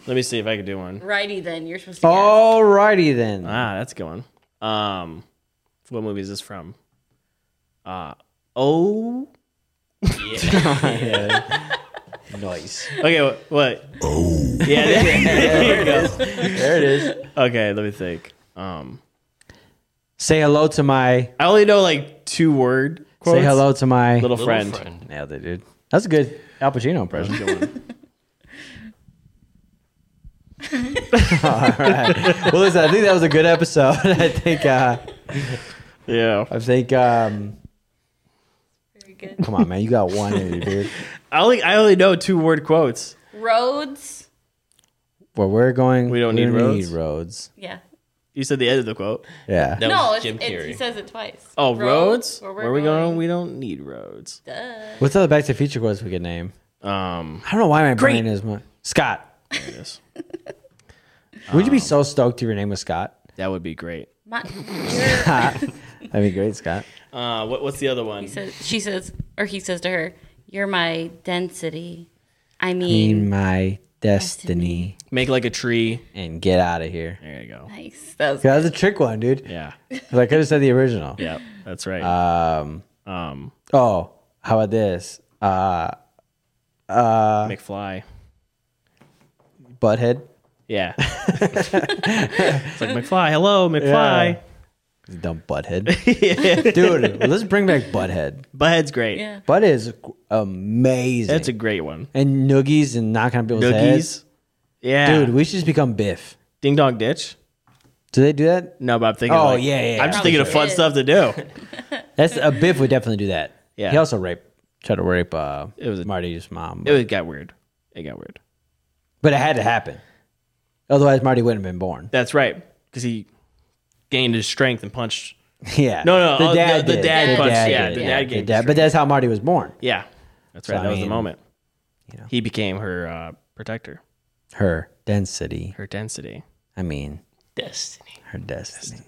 Let me see if I can do one.
righty then. You're supposed to. guess.
Alrighty then.
Ah, that's a good one. Um, what movie is this from? Uh, oh.
Nice.
Okay, wh- what? Oh. Yeah. There, there you go.
There it is.
Okay, let me think. Um,
Say hello to my.
I only know like two word quotes.
Say hello to my.
little,
little
friend.
Nailed it, dude. That's a good Al Pacino impression. All right. Well, listen. I think that was a good episode. I think. Uh,
Yeah.
I think. Um,
Very good.
come on, man. You got one in you, dude.
I only I only know two word quotes.
Roads.
Where we're going,
We don't need roads?
roads.
Yeah.
You said the end of the quote.
Yeah.
That
no,
was
it's,
Jim
it's, he
Carrey.
says it twice.
Oh, roads.
Where,
Where,
we're
we
going?
going? We don't need roads.
Duh.
What's other Back to the Future quotes we could name?
Um,
I don't know why my brain is my Scott.
there it is.
Would you be so stoked if your name was Scott?
that would be great.
My,
That'd be great, Scott.
Uh, what, what's the other one?
he says, she says, or he says to her, You're my density. I
In
mean,
my destiny
Make like a tree.
and get out of here.
There you go.
nice. That was
That was a trick one, dude.
Yeah.
'Cause I could have said the original.
Yeah. That's right.
Um,
Um,
Oh, how about this? Uh,
McFly.
butthead.
Yeah. it's like McFly. Hello, McFly.
Dumb butthead. Dude, let's bring back butthead.
Butthead's great.
Yeah.
Butt is amazing.
That's a great one.
and noogies and knocking on people's heads.
Noogies. Yeah.
Dude,
Dude.
we should just become Biff.
Ding Dong Ditch.
Do they do that?
No, but I'm thinking.
Oh,
like-
yeah, yeah,
I'm just
yeah.
thinking of fun
Probably
stuff to do.
That's a Biff would definitely do that.
Yeah.
He also raped, tried to rape. Uh,
It was a-
Marty's mom,
It got weird. It got weird.
but it had to happen. Otherwise, Marty wouldn't have been born.
That's right. Because he gained his strength and punched.
Yeah.
No, no, oh, the- the
did.
dad punched- yeah,
did.
the dad gained
But that's how Marty was born.
Yeah. That's right.
So, I
that was the
mean,
moment.
you know.
He became her uh, protector,
Her density.
her density.
I mean,
Destiny.
her destiny.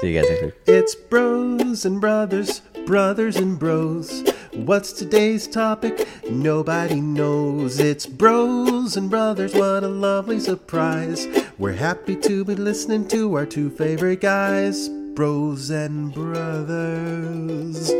See you guys next week.
It's bros and brothers, brothers and bros. What's today's topic? Nobody knows. It's bros and brothers, what a lovely surprise. We're happy to be listening to our two favorite guys, bros and brothers.